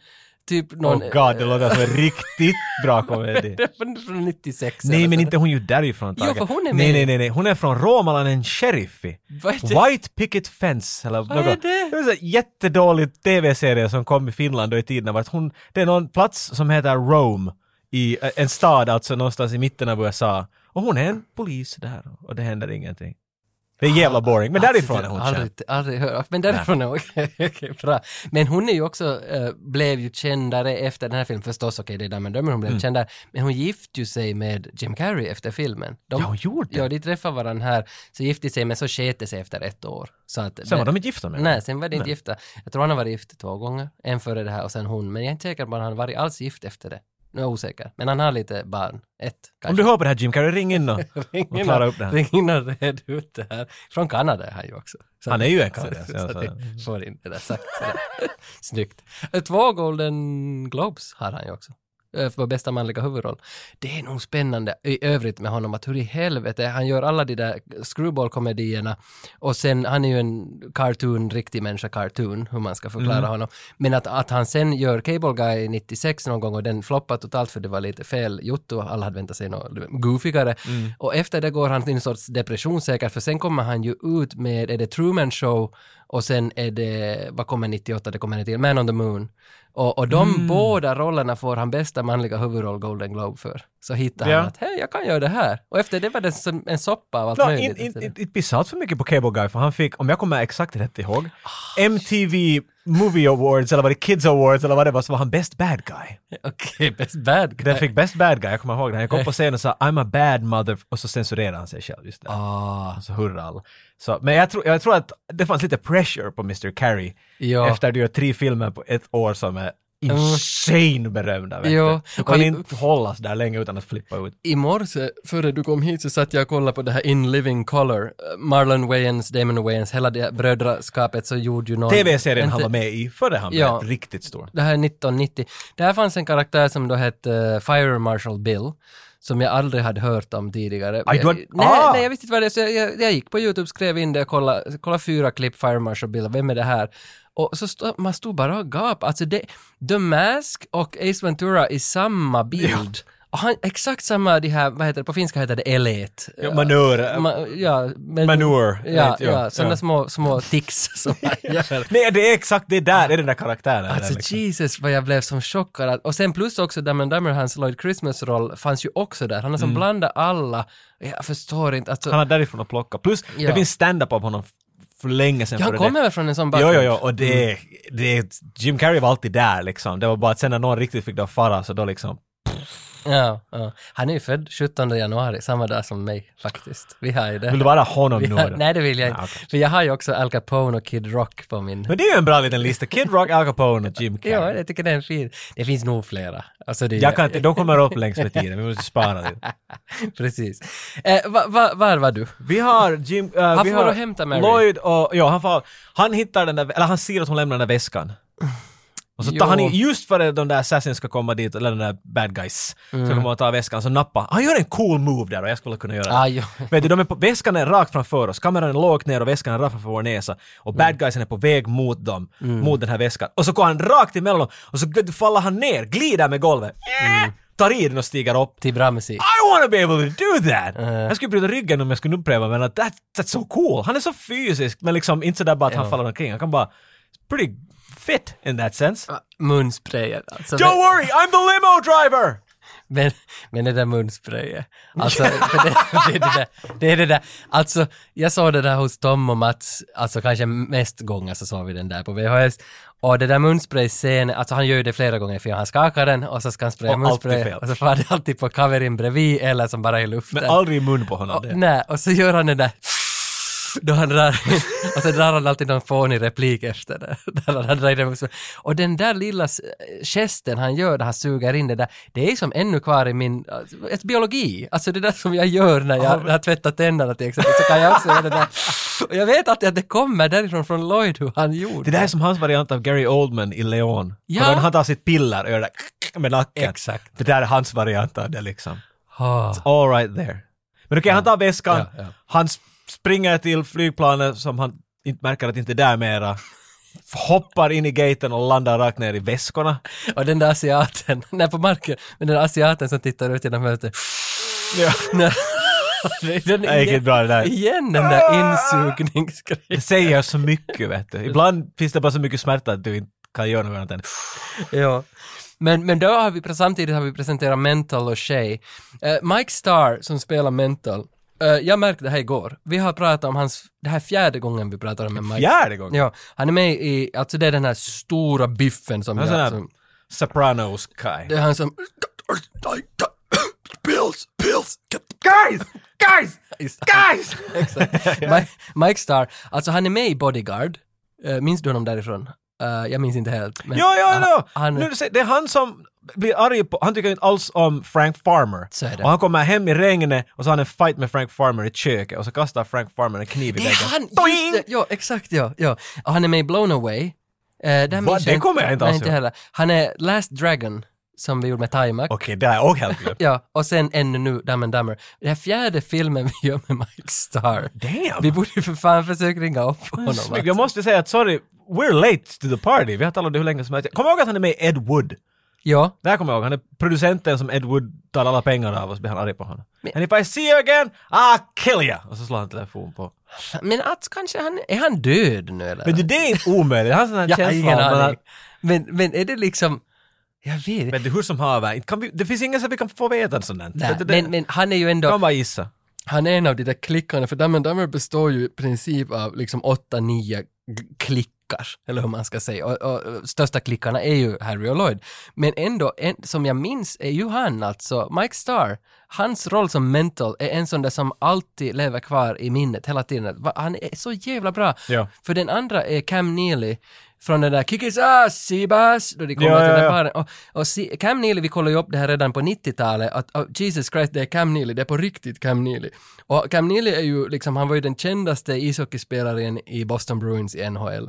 typ någon...
Oh god, det låter som en riktigt bra komedi.
från 96.
Nej
eller
men
så.
inte hon ju därifrån
Jo,
Tage.
för hon är
nej,
med.
nej, nej, nej. Hon är från Romaland, en sheriffi.
Vad är det?
White Picket Fence eller
Vad är
något.
det?
Det var en jättedålig tv-serie som kom i Finland då i tiden. Vart hon, det är någon plats som heter Rome, i eh, en stad alltså någonstans i mitten av USA. Och hon är en polis där och det händer ingenting. Det är
Ah,
jävla boring, men därifrån är hon känd.
alltså, aldrig, aldrig hört. Men därifrån är okej, okej, bra. Men hon är ju också, eh, blev ju kändare efter den här filmen, förstås, okej det är Dumb and Dumber hon
Mm.
blev kändare, men hon gifte ju sig med Jim Carrey efter filmen. De,
Ja, hon gjorde det.
Ja, de träffade varandra här, så gifte de sig, men så sket det sig efter ett år. Så att,
Sen var de inte gifta med
Nej, sen var de inte gifta. Jag tror han har varit gift två gånger, en före det här och sen hon, men jag är inte säker på att han har varit alls gift efter det. Nu är jag osäker, men han har lite barn, ett kanske.
Om du hör på det här Jim Carrey, ring in och,
Ring
och
in
klara
och-
upp det här.
Ring in och red ut det här. Från Kanada är han ju också. Så-
Han är ju en alltså. kanadier,
Så,
ja,
så,
så-
det får in det där sagt. sådär. Snyggt. Två Golden Globes har han ju också. Eh, För bästa manliga huvudroll. Det är nog spännande i övrigt med honom att hur i helvete, han gör alla de där screwball-komedierna och sen, han är ju en cartoon, riktig människa cartoon, hur man ska förklara
Mm.
honom. Men att, att han sen gör Cable Guy 96 någon gång och den floppar totalt för det var lite fel gjort och alla hade väntat sig något goofigare.
Mm.
Och efter det går han till en sorts depression säkert, för sen kommer han ju ut med, är det Truman Show och sen är det, vad kommer 98, det kommer en till, Man on the Moon. Och, och de
Mm.
båda rollerna får han bästa manliga huvudroll Golden Globe för. Så hittar
Ja.
han att, hej, jag kan göra det här. Och efter det var det som en soppa av allt
No,
möjligt.
in, in, in, it pissade allt för mycket på Cable Guy för han fick, om jag kommer exakt rätt ihåg,
Ah,
MTV Movie Awards eller vad det Kids Awards eller vad det var, så var han Best Bad Guy.
Okej, best bad guy.
Den fick Best Bad Guy, jag kommer ihåg det. Han kom på scenen och sa I'm a bad mother och så censurerade han sig själv just där.
Ah,
Så hurra alla. Så, men jag, tror jag tror att det fanns lite pressure på Mr. Carrey
Ja.
efter du gör tre filmer på ett år som är insane berömda. Vet
Jo.
du. du kan
Och i-
inte hållas där länge utan att flippa ut.
I morse, före du kom hit, så satt jag och kollade på det här In Living Color. Eh, Marlon Wayans, Damon Wayans, hela det här brödraskapet så gjorde ju någon...
TV-serien han
Inte-
var med i före han
Ja.
blev riktigt stor.
Det här är 1990. Där fanns en karaktär som då hette eh, Fire Marshal Bill, som jag aldrig hade hört om tidigare.
Aj, du har-
Jag- nej,
Ah!
nej, jag visste inte vad det är, så jag, jag, jag gick på YouTube, skrev in det och kollade, kollade fyra klipp Fire Marshal Bill, vem är det här? Och så stod, man stod bara och gapade. Alltså det, The Mask och Ace Ventura i samma bild. Och han, exakt samma, de här, vad heter det, på finska heter det elet.
Ja, manörer.
Ma, ja, men,
Manure, jag
Ja,
vet, ja,
ja, sådana
ja.
små, små tics som man gör.
Nej, det är exakt det där, det är den där karaktären.
Alltså
där, liksom.
Jesus vad jag blev som chockad. Och sen plus också Dumb and Dumber, hans Lloyd Christmas-roll fanns ju också där. Han har som blandat alla. Jag förstår inte. Alltså,
Mm. Han har därifrån att plocka. Plus,
Ja.
det finns stand-up av honom f- för länge sedan.
ja, han
före
kommer
det.
väl från en sån
Jo,
bakgrund? Mm.
jo, jo, och det, det, Jim Carrey var alltid där liksom. Det var bara att sen när någon riktigt fick det att fara så då liksom,
Ja, ja. Han är ju född 17 januari, samma dag som mig faktiskt. Vi har ju det.
vill du vara honom
Vi
nu?
har,
då?
nej, det vill jag
Nej,
inte.
okej.
För jag har ju också Al Capone och Kid Rock på min...
Men det är ju en bra liten lista. Kid Rock, Al Capone och Jim
Ja,
Carrey.
jag tycker det är en fin. Det finns nog flera. Alltså, det är-
Jag kan inte, de kommer upp längs med tiden, vi måste spara det.
Precis. Eh, va, va, var var du?
Vi har Jim... eh, vi
får
har
och hämta Mary.
Lloyd och... Ja, han får... Han hittar den där... Eller han ser att hon lämnar den där väskan. Och så tar
Jo.
han i- just före de där assassins ska komma dit, eller de där bad guys, så
Mm.
kommer han och tar väskan, så nappar Han gör en cool move där och jag skulle kunna göra det.
Ah, jo.
Vet du, de är på, väskan är rakt framför oss, kameran är lågt ner och väskan är rakt framför vår näsa. Och
Mm.
bad guysen är på väg mot dem, mot den här väskan. Och så går han rakt emellan dem och så g- faller han ner, glider med golvet.
Mm.
Tar i den och stiger upp.
Till bra musik.
I wanna be able to do that!
Uh-huh.
Jag skulle bryta ryggen om jag skulle upprepa men att that, that's so cool. Han är så fysisk men liksom inte sådär bara att han faller omkring. Han kan bara... Pretty fit in that sense.
Munsprayen alltså.
Don't worry, I'm the limo driver!
Men, men det där munsprayet. Alltså, för det, det, är det, där, det är det där. Alltså, jag såg det där hos Tom och Mats, alltså kanske mest gånger så såg vi den där på VHS. Och det där munsprayscenen, alltså han gör ju det flera gånger för han skakar den och så ska han spraya
Och alltid
munspray
fel.
och så far det alltid på kaverin bredvid eller som bara i luften.
Men aldrig i mun på honom.
och,
det.
nej, och så gör han den där då han drar, och så drar han alltid någon fånig replik efter det. Där han drar in det. Och den där lilla s- gesten han gör när han suger in det där, det är som ännu kvar i min, alltså, ett biologi. Alltså det där som jag gör när jag, när jag tvättar tänderna till exempel, så kan jag också göra det där. Och jag vet alltid att det kommer därifrån från Lloyd hur han gjorde.
Det där är som hans variant av Gary Oldman i Leon.
Ja.
För då Han tar sitt piller och gör det där med nacken.
Exakt.
Det där är hans variant av det liksom.
Ah.
All right there. Men okej, han tar väskan,
Ja, ja.
han sp- springer till flygplanet som han inte märker att inte är där mera. Hoppar in i gaten och landar rakt ner i väskorna.
Och den där asiaten, nej på marken, men den där asiaten som tittar ut genom fönstret.
Ja.
Nej. Den,
Det gick inte bra det där.
Igen den
Ah!
där insugningsgrejen.
Det säger så mycket vet du. Ibland finns det bara så mycket smärta att du inte kan göra något annat än
ja. Men, men då har vi, samtidigt har vi presenterat Mental och Shay. Eh, Mike Starr som spelar Mental, Eh, jag märkte det här igår. Vi har pratat om hans, det här är fjärde gången vi pratar om en Mike.
Fjärde gången?
Ja, han är med i, alltså det är den här stora biffen som...
Han är sån
jag-
här
som
Sopranos guy.
det är han som... Pills, pills,
Guys! Guys! Guys!
Exakt. Mike, Mike Starr, alltså han är med i Bodyguard. Eh, minns du honom därifrån? Eh, jag minns inte helt. Men
Ja, ja, ja.
Han,
nu, du ser, det är han som blir arg på, han tycker inte alls om Frank Farmer.
Så är det.
Och han kommer hem i regnet och så har han en fight med Frank Farmer i köket och så kastar Frank Farmer en kniv i
det är han!
väggen.
Just det, ja, exakt ja. ja. Och han är med i Blown Away. Eh, där minns
det kommer jag inte
nej,
alls
inte
ihåg.
heller. Han är Last Dragon, som vi gjorde med Timac.
Okej, oh, det har jag också helt glömt.
Ja, och sen ännu nu Dumb and Dumber. Den här fjärde filmen vi gör med Mike Starr.
Damn!
Vi borde ju för fan försöka ringa upp honom.
Snyggt.
alltså.
Jag måste säga att sorry, we're late to the party. Vi har talat om det hur länge som helst. Kom ihåg att han är med i Ed Wood.
Ja,
Det här kommer jag ihåg. Han är producenten som Ed Wood tar alla pengar av och så blir han arg på honom. And if I see you again, I'll kill you! Och så slår han telefon på.
men att kanske han, är han död nu eller?
Men det, det är inte omöjligt. Han har sån här
jag har
känsla
ingen
av att-
aning. Men, men är det liksom, jag vet inte.
Men det hur som haver, inte kan vi, det finns ingen som vi kan få veta sånt där.
Nej,
det, det,
men, men han är ju ändå,
kan bara gissa.
han är en av de där klickarna, för Dumb and Dumber består ju i princip av liksom åtta, nio g- klickar, eller hur man ska säga. Och, och, och största klickarna är ju Harry och Lloyd. Men ändå, en, som jag minns är ju han alltså, Mike Starr, hans roll som mental är en sån där som alltid lever kvar i minnet hela tiden. Va- Han är så jävla bra.
Ja.
För den andra är Cam Neely från den där Kick his ass, Sibas, då de kommer
Ja,
till
ja,
den där
ja.
baren. Och, och si- Cam Neely, vi kollade ju upp det här redan på 90-talet, att oh, Jesus Christ, det är Cam Neely, det är på riktigt Cam Neely. Och Cam Neely är ju liksom, han var ju den kändaste ishockeyspelaren i Boston Bruins i NHL.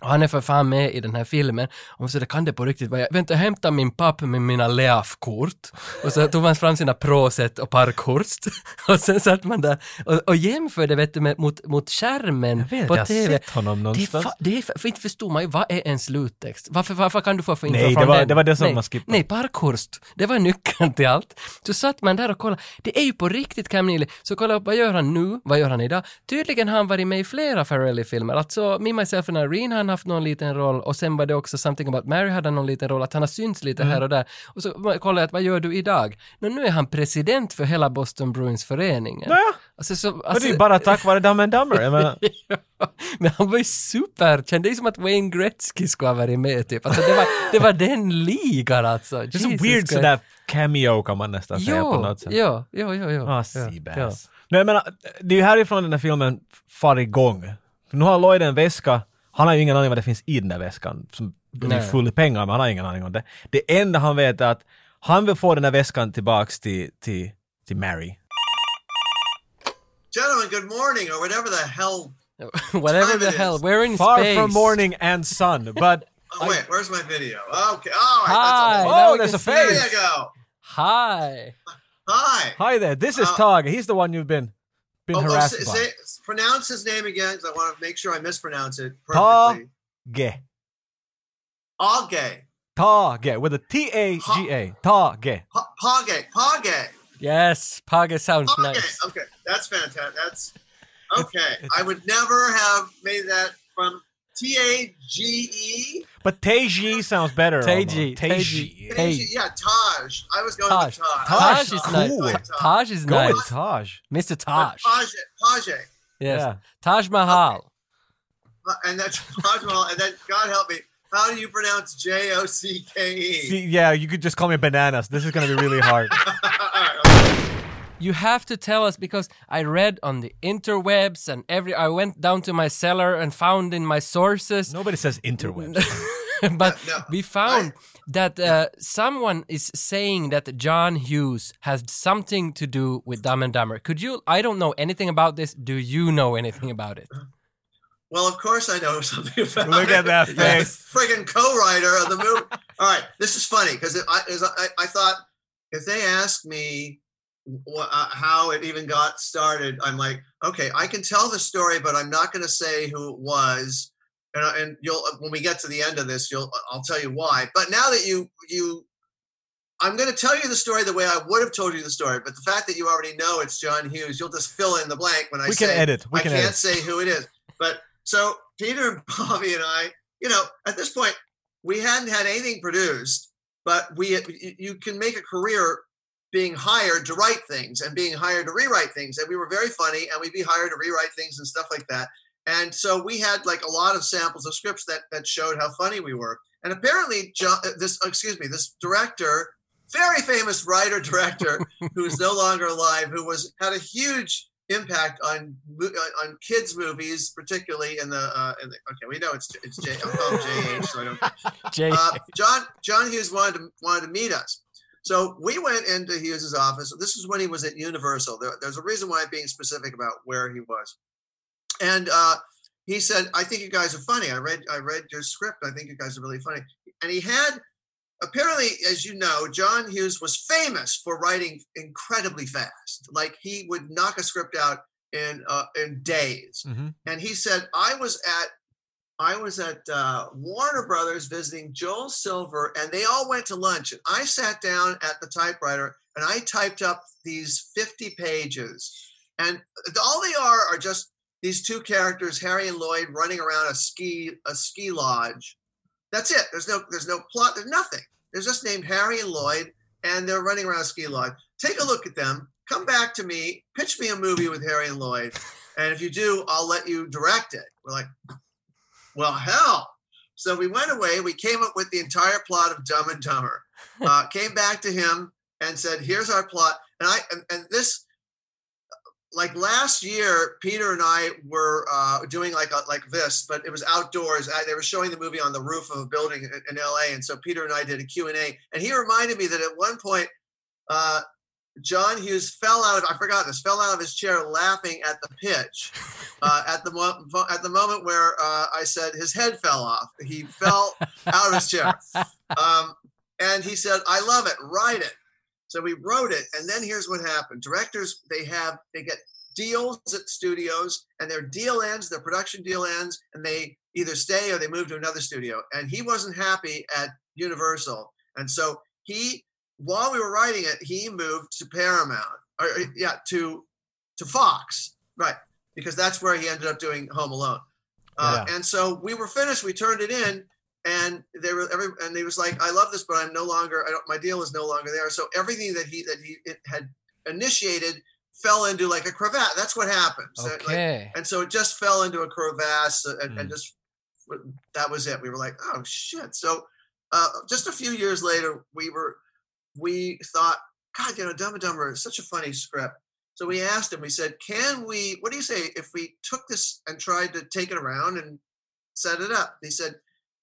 Och han är för fan med i den här filmen. Och så det kan det på riktigt vara. jag- Vänta, jag hämtar min papp med mina Leaf-kort. Och så tog man fram sina Proset och Parkhorst. Och sen satt man där och, och jämförde vet du, med, mot, mot skärmen
Jag vet,
på
jag har
TV.
sett honom
det är fa-
någonstans.
det är fa- för inte förstod man ju, vad är en sluttext? Varför, varför kan du få för info
Nej,
från
det var-
den?
det var det som
nej,
man skippade.
Nej, Parkhorst. Det var nyckeln till allt. Så satt man där och kollade. Det är ju på riktigt Cam Neely. Så kolla upp, vad gör han nu? Vad gör han idag? Tydligen har han varit med i flera Farrelly-filmer. Alltså, Me, Myself and Irene har han haft någon liten roll och sen var det också Something About Mary hade han någon liten roll, att han har synts lite
Mm.
här och där. Och så kollade jag, att, vad gör du idag? Nå, nu är han president för hela Boston Bruins-föreningen.
Naja.
Alltså, så,
Men det är
alltså,
ju bara tack vare Dumb and Dumber. Jag menar,
men han var ju superkänd. Det är som att Wayne Gretzky skulle ha varit med typ. Alltså det var, det var den ligan alltså.
det är så weird sådär cameo kan man nästan säga på
Jo,
något sätt.
jo, jo, jo, jo.
Ah,
Ja,
Seabass.
ja.
Men jag menar, det är ju härifrån den här filmen far igång. Nu har Lloyd en väska, han har ju ingen aning vad det finns i den där väskan. Som den är
Nej.
full i pengar, men han har ingen aning om det. Det enda han vet är att han vill få den där väskan tillbaks till, till, till Mary.
Gentlemen, good morning, or whatever the hell.
Whatever
Time
the
it
hell,
is.
we're in
Far
space.
from morning and sun, but...
Oh, wait, where's my video? Okay, all right.
Hi.
That's all.
Now
Oh,
we
there's
can
a
see
There you
face!
go.
Hi!
Hi.
Hi there, this is Tage. He's the one you've been, been
Ah. Oh, oh,
harassed
say,
by.
say, pronounce his name again, 'cause I want to make sure I mispronounce it
Ta-
perfectly.
Ge.
Auge.
Tage, with a T-A-G-A. Tage.
Pa- Page. Page.
Yes, Paga sounds
Okay,
nice.
okay, that's fantastic. That's okay. I would never have made that from T A G E.
But Teji sounds better.
Teiji,
almost.
Teiji.
Teiji.
Hey.
E, Yeah, Taj. I was going
Taj.
to Taj.
Taj is
Taj,
nice.
cool.
Ta- Taj is
Go with
nice.
Taj.
Mr Taj.
Taj. Taj.
Yes.
Yeah.
Taj Mahal.
And that's Taj Mahal. And then, God help me, how do you pronounce J O C K E?
See, yeah, you could just call me bananas. This is gonna be really hard.
You have to tell us because I read on the interwebs and every I went down to my cellar and found in my sources
Nobody says interwebs.
but
No, no.
we found that uh, someone is saying that John Hughes has something to do with Dumb and Dumber. Could you? I don't know anything about this. Do you know anything about it?
Well, of course I know something about
Look
it.
at that
Yeah, the
face.
friggin' co-writer of the movie. All right, this is funny because I, 'cause I, I thought if they asked me wh- uh, how it even got started, I'm like, okay, I can tell the story, but I'm not going to say who it was. And, I- and you'll uh, when we get to the end of this, you'll uh, I'll tell you why. But now that you you, I'm going to tell you the story the way I would have told you the story. But the fact that you already know it's John Hughes, you'll just fill in the blank when I
We
say
can edit. We
I
can
can't
edit.
say who it is. But so Peter and Bobby and I, you know, at this point, we hadn't had anything produced, but we you can make a career being hired to write things and being hired to rewrite things. And we were very funny and we'd be hired to rewrite things and stuff like that. And so we had like a lot of samples of scripts that, that showed how funny we were. And apparently, Jo- uh, this, excuse me, this director, very famous writer director who is no longer alive, who was had a huge impact on mo- uh, on- on kids' movies, particularly in the, uh, in the okay, we know it's, it's J, I'll call him JH, so I don't
Jay,
uh, John John Hughes wanted to, wanted to meet us. So we went into Hughes's office. This is when he was at Universal. There- there's a reason why I'm being specific about where he was. And uh, he said, "I think you guys are funny. I read I read your script. I think you guys are really funny." And he had apparently, as you know, John Hughes was famous for writing incredibly fast. Like he would knock a script out in uh, in days
Mhm.
and he said i was at i was at uh, warner brothers visiting joel silver and they all went to lunch and i sat down at the typewriter and i typed up these 50 pages and all they are are just these two characters harry and lloyd running around a ski a ski lodge that's it there's no there's no plot there's nothing they're just named harry and lloyd and they're running around a ski lodge take a look at them come back to me pitch me a movie with harry and lloyd and if you do, I'll let you direct it. We're like, well, hell. So we went away. We came up with the entire plot of Dumb and Dumber. Uh, came back to him and said, "Here's our plot." And I and, and this, like last year, Peter and I were uh, doing like a, like this, but it was outdoors. I, they were showing the movie on the roof of a building in, in L.A. And so Peter and I did a Q and A, and he reminded me that at one point. Uh, John Hughes fell out of I forgot this fell out of his chair laughing at the pitch uh, at the mo- at the moment where uh, I said his head fell off he fell out of his chair um, and he said I love it write it so we wrote it and then here's what happened directors they have they get deals at studios and their deal ends their production deal ends and they either stay or they move to another studio and he wasn't happy at Universal and so he while we were writing it, he moved to Paramount, or uh, yeah, to to Fox, right? Because that's where he ended up doing Home Alone. Uh, And so we were finished. We turned it in, and they were every and he was like, "I love this, but I'm no longer. I don't. My deal is no longer there." So everything that he that he it had initiated fell into like a cravat. That's what happens. That, like,
okay.
and so it just fell into a crevasse uh, and, and
Mm.
just that was it we were like oh shit so uh, just a few years later we were we thought god you know dumb and dumber is such a funny script so we asked him we said can we what do you say if we took this and tried to take it around and set it up he said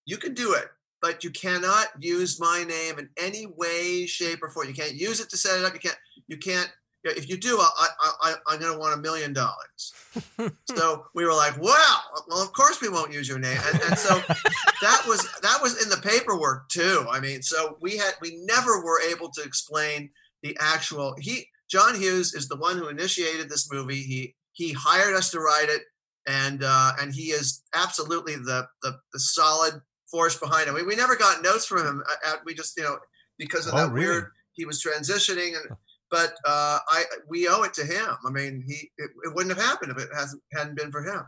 you can do it but you cannot use my name in any way shape or form you can't use it to set it up you can't you can't if you do i i, I i'm going to want a million dollars so we were like, "Wow, well, of course we won't use your name." And, and so that was that was in the paperwork too. I mean, so we had we never were able to explain the actual. He John Hughes is the one who initiated this movie. He he hired us to write it, and uh, and he is absolutely the the, the solid force behind it. We, we never got notes from him. uh, At, we just you know because of
Oh,
that
really?
weird he was transitioning and but uh, I we owe it to him. I mean, he it, it wouldn't have happened if it hasn't hadn't been for him.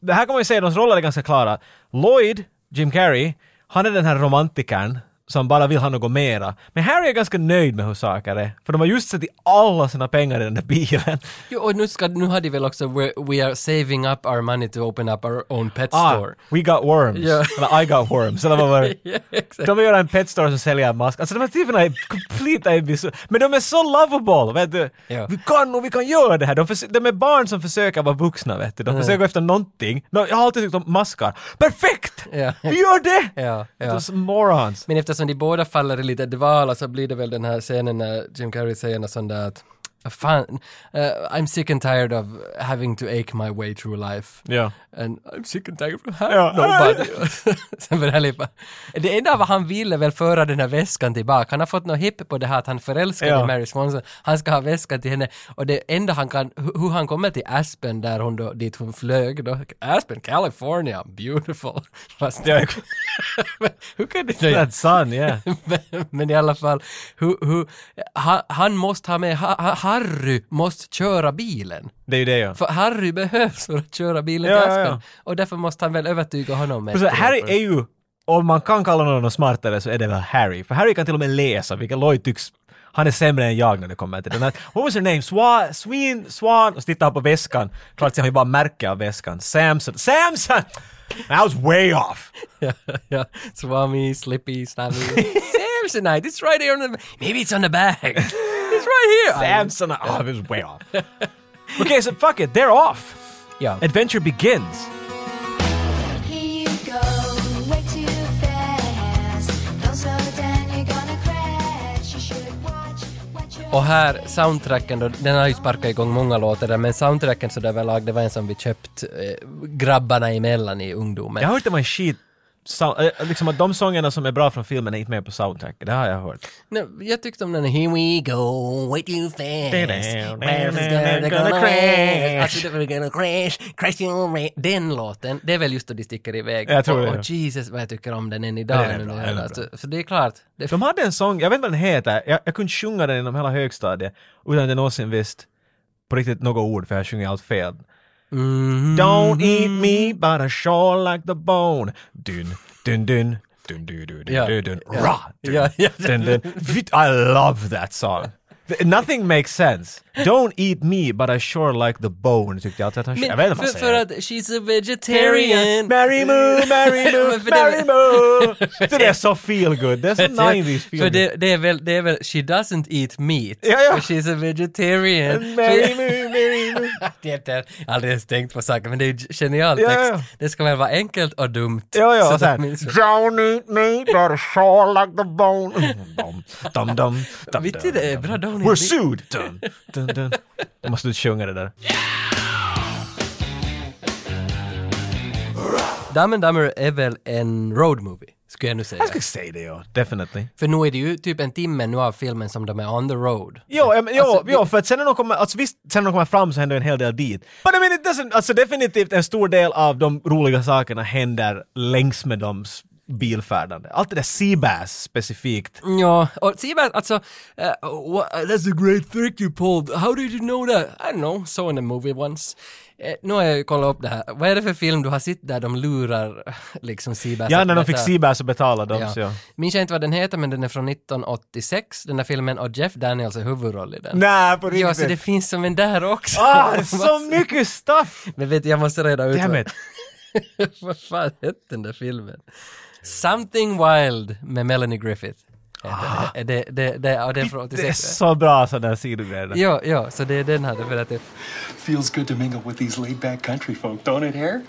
Det här kan man ju säga, de roller är ganska klara. Lloyd, Jim Carrey, han är den här romantikern som bara vill ha något mera. Men Harry är ganska nöjd med hur saker är, för de har just sett i alla sina pengar i den där bilen.
Jo, och nu, ska, nu har de väl också we, we are saving up our money to open up our own pet
Ah,
store.
we got worms.
Ja.
Eller I got worms, eller vad var det?
Ja, exakt.
De vill göra en pet store som säljer mask. Alltså de här typerna är completa imbeciler. Men de är så lovable, vet du.
Ja.
Vi kan och vi kan göra det här. De, förs- de är barn som försöker vara vuxna, vet du. De försöker gå efter någonting. No, jag har alltid tyckt om maskar. Perfekt!
Ja.
Vi gör det!
Ja, ja.
Those morons.
Men eftersom de båda faller i lite dvala så blir det väl den här scenen när Jim Carrey säger något sånt där att Fan, eh, I'm sick and tired of having to ache my way through life.
Ja.
And I'm sick and tired of having
Ja.
nobody. Sen börjar han lipa. Det enda vad han vill är väl föra den här väskan tillbaka. Han har fått något hipp på det här att han förälskade
Ja.
Mary Swanson. Han ska ha väskan till henne. Och det enda han kan, hu- hur han kommer till Aspen där hon då, dit hon flög då. Aspen, California, beautiful. Fast,
Ja,
hur kan det
That son, yeah.
men, men i alla fall, hur, hur, ha, han måste ha med, ha, ha- Harry måste köra bilen.
Det är ju det ja.
För Harry behövs för att köra bilen
Ja,
till
ja,
Aspen.
ja.
Och därför måste han väl övertyga honom med.
Så Harry är ju, om man kan kalla någon smartare så är det väl Harry. För Harry kan till och med läsa, vilket Lloyd tycks Han är sämre än jag när det kommer till den här. What was her name? Swan? Swin? Swan? Och så tittar han på väskan. Klart ser han ju bara märke av väskan. Samson. Samson! I was way off!
yeah, yeah. Swami, Slippy, Snabby. Samsonite, it's right here on the. Maybe it's on the bag. it's right here.
Samson! Oh, I was way off. okay, so fuck it. They're off.
yeah.
Adventure begins.
Here you go, way too fast. Don't slow down, you're gonna crash. You should watch what you're
Och här, soundtracken då, den har ju sparkat igång många låtar där, men soundtracken sådär överlag, det var en som vi köpt eh, grabbarna emellan i ungdomen.
Jag har hört att man shit sound, eh, liksom att de sångerna som är bra från filmen är inte med på soundtracket. Det har jag hört.
Nej, jag tyckte om den Here we go, way too fast. Where's
Gonna
the- gonna
crash.
Alltså, we're gonna crash. Crash your ra- Den låten, det är väl just då de sticker iväg.
Jag tror
och,
det, ja.
Och Jesus vad jag tycker om den än idag.
Den är bra,
nu,
den är bra.
alltså, så det är klart. Det,
De hade en sång, jag vet inte vad den heter, jag, jag kunde sjunga den inom hela högstadiet utan att jag någonsin visste på riktigt något ord för jag sjunger allt fel.
Mm-hmm.
Don't eat me but I sure like the bone. Dun, dun, dun. Dun, dun, dun, dun,
Ja.
dun, dun.
Ja.
Ra, dun,
Ja, ja.
dun, dun. Vit- I love that song. Th- Nothing makes sense. Don't eat me but I sure like the bone tyckte jag alltid att han Jag vet inte vad
för,
han
för
säger.
att she's a vegetarian.
Mary Moo, Mary
Men
Moo,
för det-
Mary Moo! Det är så feel good. Det är så 90s feel
För
good.
det, det, är väl, det är väl, she doesn't eat meat.
Ja, ja.
För she's a vegetarian.
Mary Moo, Mary Moo.
Jag har aldrig ens tänkt på saken, men det är ju genial
Ja,
text.
ja.
Det ska väl vara enkelt och dumt.
Ja, ja,
att
och sen...
minns-
Don't eat me, but it's all like the bone. Mm, Dum, dum, dum, dum,
Vet du, det är bra, don't eat
We're
me.
sued! Dun, dun, dun. Jag måste sjunga det där.
Dumb and Dumber är väl en road movie, skulle jag nu säga.
Jag ska säga det, ja. Definitely.
För nu är det ju typ en timme nu av filmen som de är on the road.
Jo, ja, men, jo,
Alltså,
jo, för att sen när de kommer, alltså visst, sen när de kommer fram så händer en hel del dit. But I mean it doesn't, alltså definitivt en stor del av de roliga sakerna händer längs med dems bilfärdande. Allt det där Seabass specifikt.
Ja, och Seabass, alltså, eh, wha- that's a great trick you pulled. How did you know that? I don't know, saw in a movie once. Eh, nu har jag ju kollat upp det här. Vad är det för film du har sett där de lurar liksom Seabass?
Ja,
att
när de
berätta-
fick Seabass att betala dem
Ja.
så ja.
Minns jag inte vad den heter, men den är från 1986, den där filmen, och Jeff Daniels är huvudroll i den.
Nej, på
ja, så det
riktigt.
finns som en där också.
Ah, så mycket stuff!
Men vet du, jag måste reda ut
Damn
vad-
it.
vad fan hette den där filmen? Something Wild med Melanie Griffith. Ah. Det, det, det, det, och det är från
Det är
86.
så bra sådana sidogrejer. där.
Ja, ja, så det är den här du berättade.
Feels good to mingle with these laid back country folk, don't it, Hare?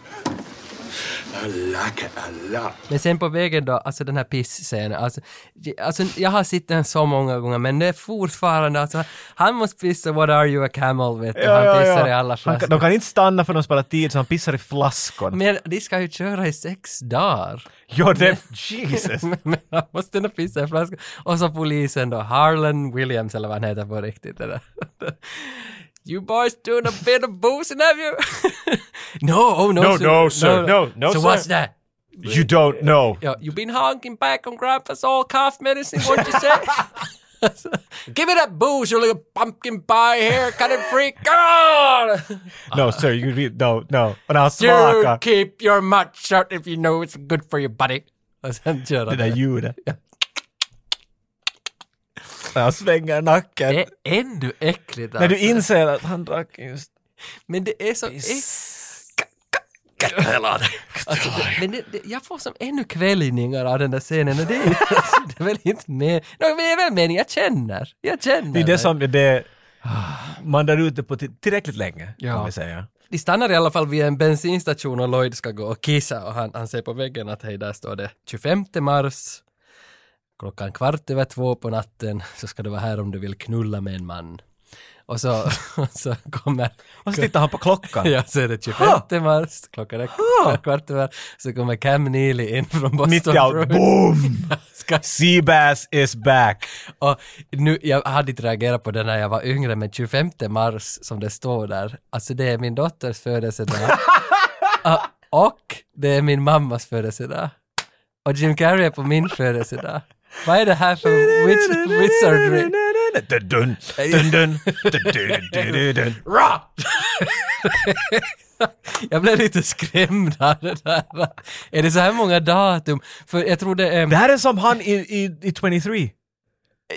I like it a lot.
Men sen på vägen då, alltså den här pissscenen, alltså, det- alltså jag har sett den så många gånger men det är fortfarande alltså, han måste pissa what are you a camel vet du, han pissar i alla
Han kan-
flaskor.
De kan inte stanna för de sparar tid, så han pissar i flaskor.
Men de ska ju köra i sex dagar.
Jo, det... Jesus!
Men han måste ändå pissa i flaskan. Och så polisen då, Harlan Williams eller vad han heter på riktigt. det där. You boys doing a bit of boozing have you? no, oh no.
No, no, sir. No, no,
So
sir.
what's that?
You don't know!
Yeah, you've been honking back on grandpa's old cough medicine, what you say? Give me that booze, you little pumpkin pie haircut freak. God!
No sir, you read, no, no. Och när han
You
smakar,
keep your mouth shut if you know it's good for your body. Och sen kör
det
han.
där
det.
ljudet. När han svänger nacken.
Det är ändå äckligt
När du inser att han drack just...
Men det är så... Alltså, det, men det, det, jag får som ännu kvällningar av den där scenen och det är, ju- alltså, det är väl inte mer... No, men det är väl meningen, jag känner. Jag känner.
Det är det som, det... Man där ute på till- tillräckligt länge,
Ja.
kan vi säga.
De stannar i alla fall vid en bensinstation och Lloyd ska gå och kissa och han, han ser på väggen att hej, där står det 25 mars. Klockan kvart över två på natten så ska du vara här om du vill knulla med en man. Och så, och så kommer...
Och så tittar han på klockan.
Ja, så är det 25 mars, klockan är kvart över, så kommer Cam Neely in från Boston
Mitt i allt,
Bruins.
boom!
Ska-
Seabass is back!
Och nu, jag hade inte reagerat på det när jag var yngre, men 25 mars som det står där, alltså det är min dotters födelsedag. Ja, och det är min mammas födelsedag. Och Jim Carrey är på min födelsedag. Vad är det här för witch, wizardry?
Dun-dun, dun-dun, dun-dun-dun-dun-dun.
Ra! jag blev lite skrämd av det där. Är det så här många datum? För jag tror det är...
Det här är som han i, i, i 23.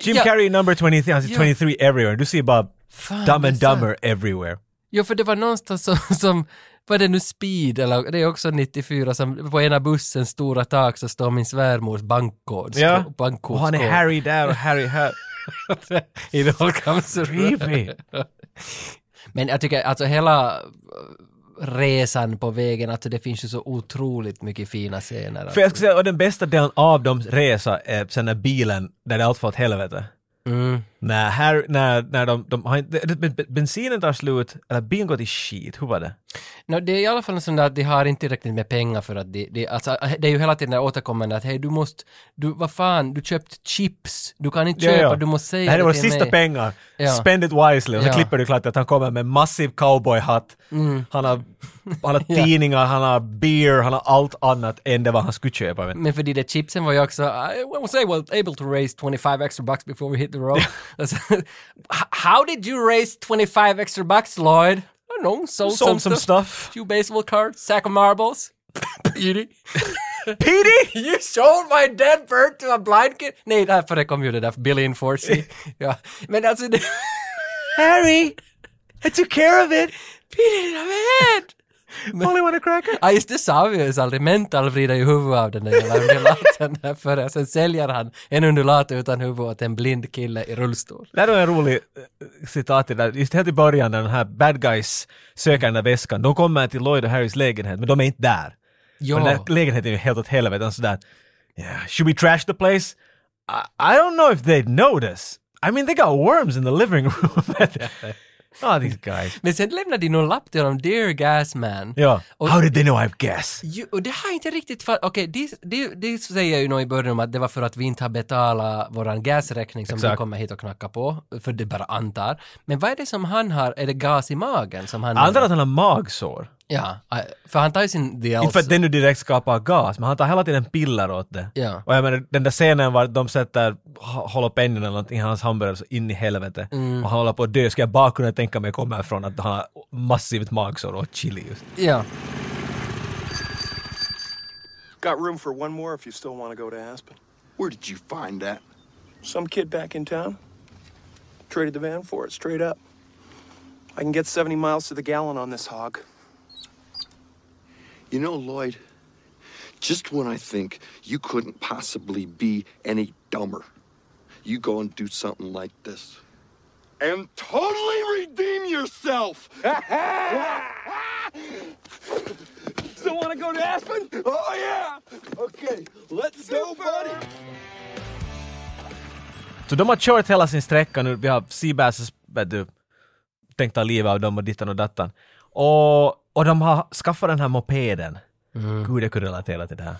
Jim
Ja.
Carrey number 23, han är
Ja.
23 everywhere. Du ser bara
Fan,
dumb
det är
and
sant.
dumber everywhere.
Jo, för det var någonstans som, som var det nu Speed, eller det är också 94, som på ena bussen stora tak så står min svärmors bankkod.
Ja.
Bankkod.
Och han är Harry där och Harry här.
It all comes
Creepy.
Men jag tycker alltså hela eh, resan på vägen, alltså det finns ju så otroligt mycket fina scener.
För jag skulle säga, och den bästa delen av dem resa är sen när bilen, när det allt får åt helvete.
Mm.
När, Harry, när, när de, de har inte, det- det- bensinen tar slut, eller bilen går till skit, hur var det?
No, det är i alla fall en sån där att de har inte tillräckligt med pengar för att de, de, alltså, det är ju hela tiden det här återkommande att hej du måste, du vad fan, du köpt chips, du kan inte
Ja,
köpa,
ja.
du måste säga
det här är våra
till
sista
mig.
pengar,
Ja.
spend it wisely. Och så
Ja. Mm.
klipper du klart att han kommer med en massiv cowboyhatt, han har, han har
Ja.
tidningar, han har beer, han har allt annat än det vad han skulle köpa. Men.
Men för de där chipsen var ju också, I was able, able to raise 25 extra bucks before we hit the road. alltså, h- how did you raise 25 extra bucks Lloyd? I don't know, sold,
Sold some
stuff.
stuff.
Two baseball cards, sack of marbles. Beauty.
Petey!
You sold my dead bird to a blind kid? Nej, därför det kom ju det där Billy in Forcy. ja. Men alltså, det...
Harry! I took care of it!
Peter in my head!
Only want a cracker?
Ja just det sa vi ju aldrig, Mental vrider ju huvudet av den där jävla undulaten där före. Sen säljer han en undulat utan huvud åt en blind kille i rullstol.
Det här är en rolig eh, citat i det där. Just helt i början när den här bad guys söker den där väskan. De kommer till Lloyd och Harrys lägenhet, men de är inte där.
Jo.
Och den där lägenheten är ju helt åt helvete. Och sådär, yeah, should we trash the place? I, I don't know if they'd notice. I mean they got worms in the living room. Ah, these guys.
Men sen lämnade de någon lapp till honom, Dear Gas Man.
Ja.
Och-
How did they know I have gas?
Ju, och det har jag inte riktigt fattat. Okej, det de, de säger ju nog i början om att det var för att vi inte har betalat våran gasräkning som
Exakt.
du kommer hit och knackar på. För det bara antar. Men vad är det som han har? Är det gas i magen som han
Jag antar att han har magsår.
Ja, eh, för han tar ju sin del.
Inte för att det nu direkt skapar gas, men han tar hela tiden piller åt det.
Ja.
Och jag menar, den där scenen var de sätter ha- jalapenon eller någonting i hans hamburgare så in i helvete. Och han håller på att dö. Ska jag bara kunna tänka mig komma från att han har massivt magsår och chili just.
Ja.
Got room for one more if you still want to go to Aspen.
Where did you find that?
Some kid back in town traded the van for it straight up. I can get 70 miles to the gallon on this hog.
You know, Lloyd, just when I think you couldn't possibly be any dumber, you go and do something like this. And totally redeem yourself!
Still want to go to Aspen?
Oh, yeah! Okay, let's go, buddy!
Så de har kört hela sin sträcka nu. Vi har Seabasses, vet du, tänkt ta livet av dem och dittan och dattan. Och, och de har skaffat den här mopeden. Gud, jag kunde relatera till det här.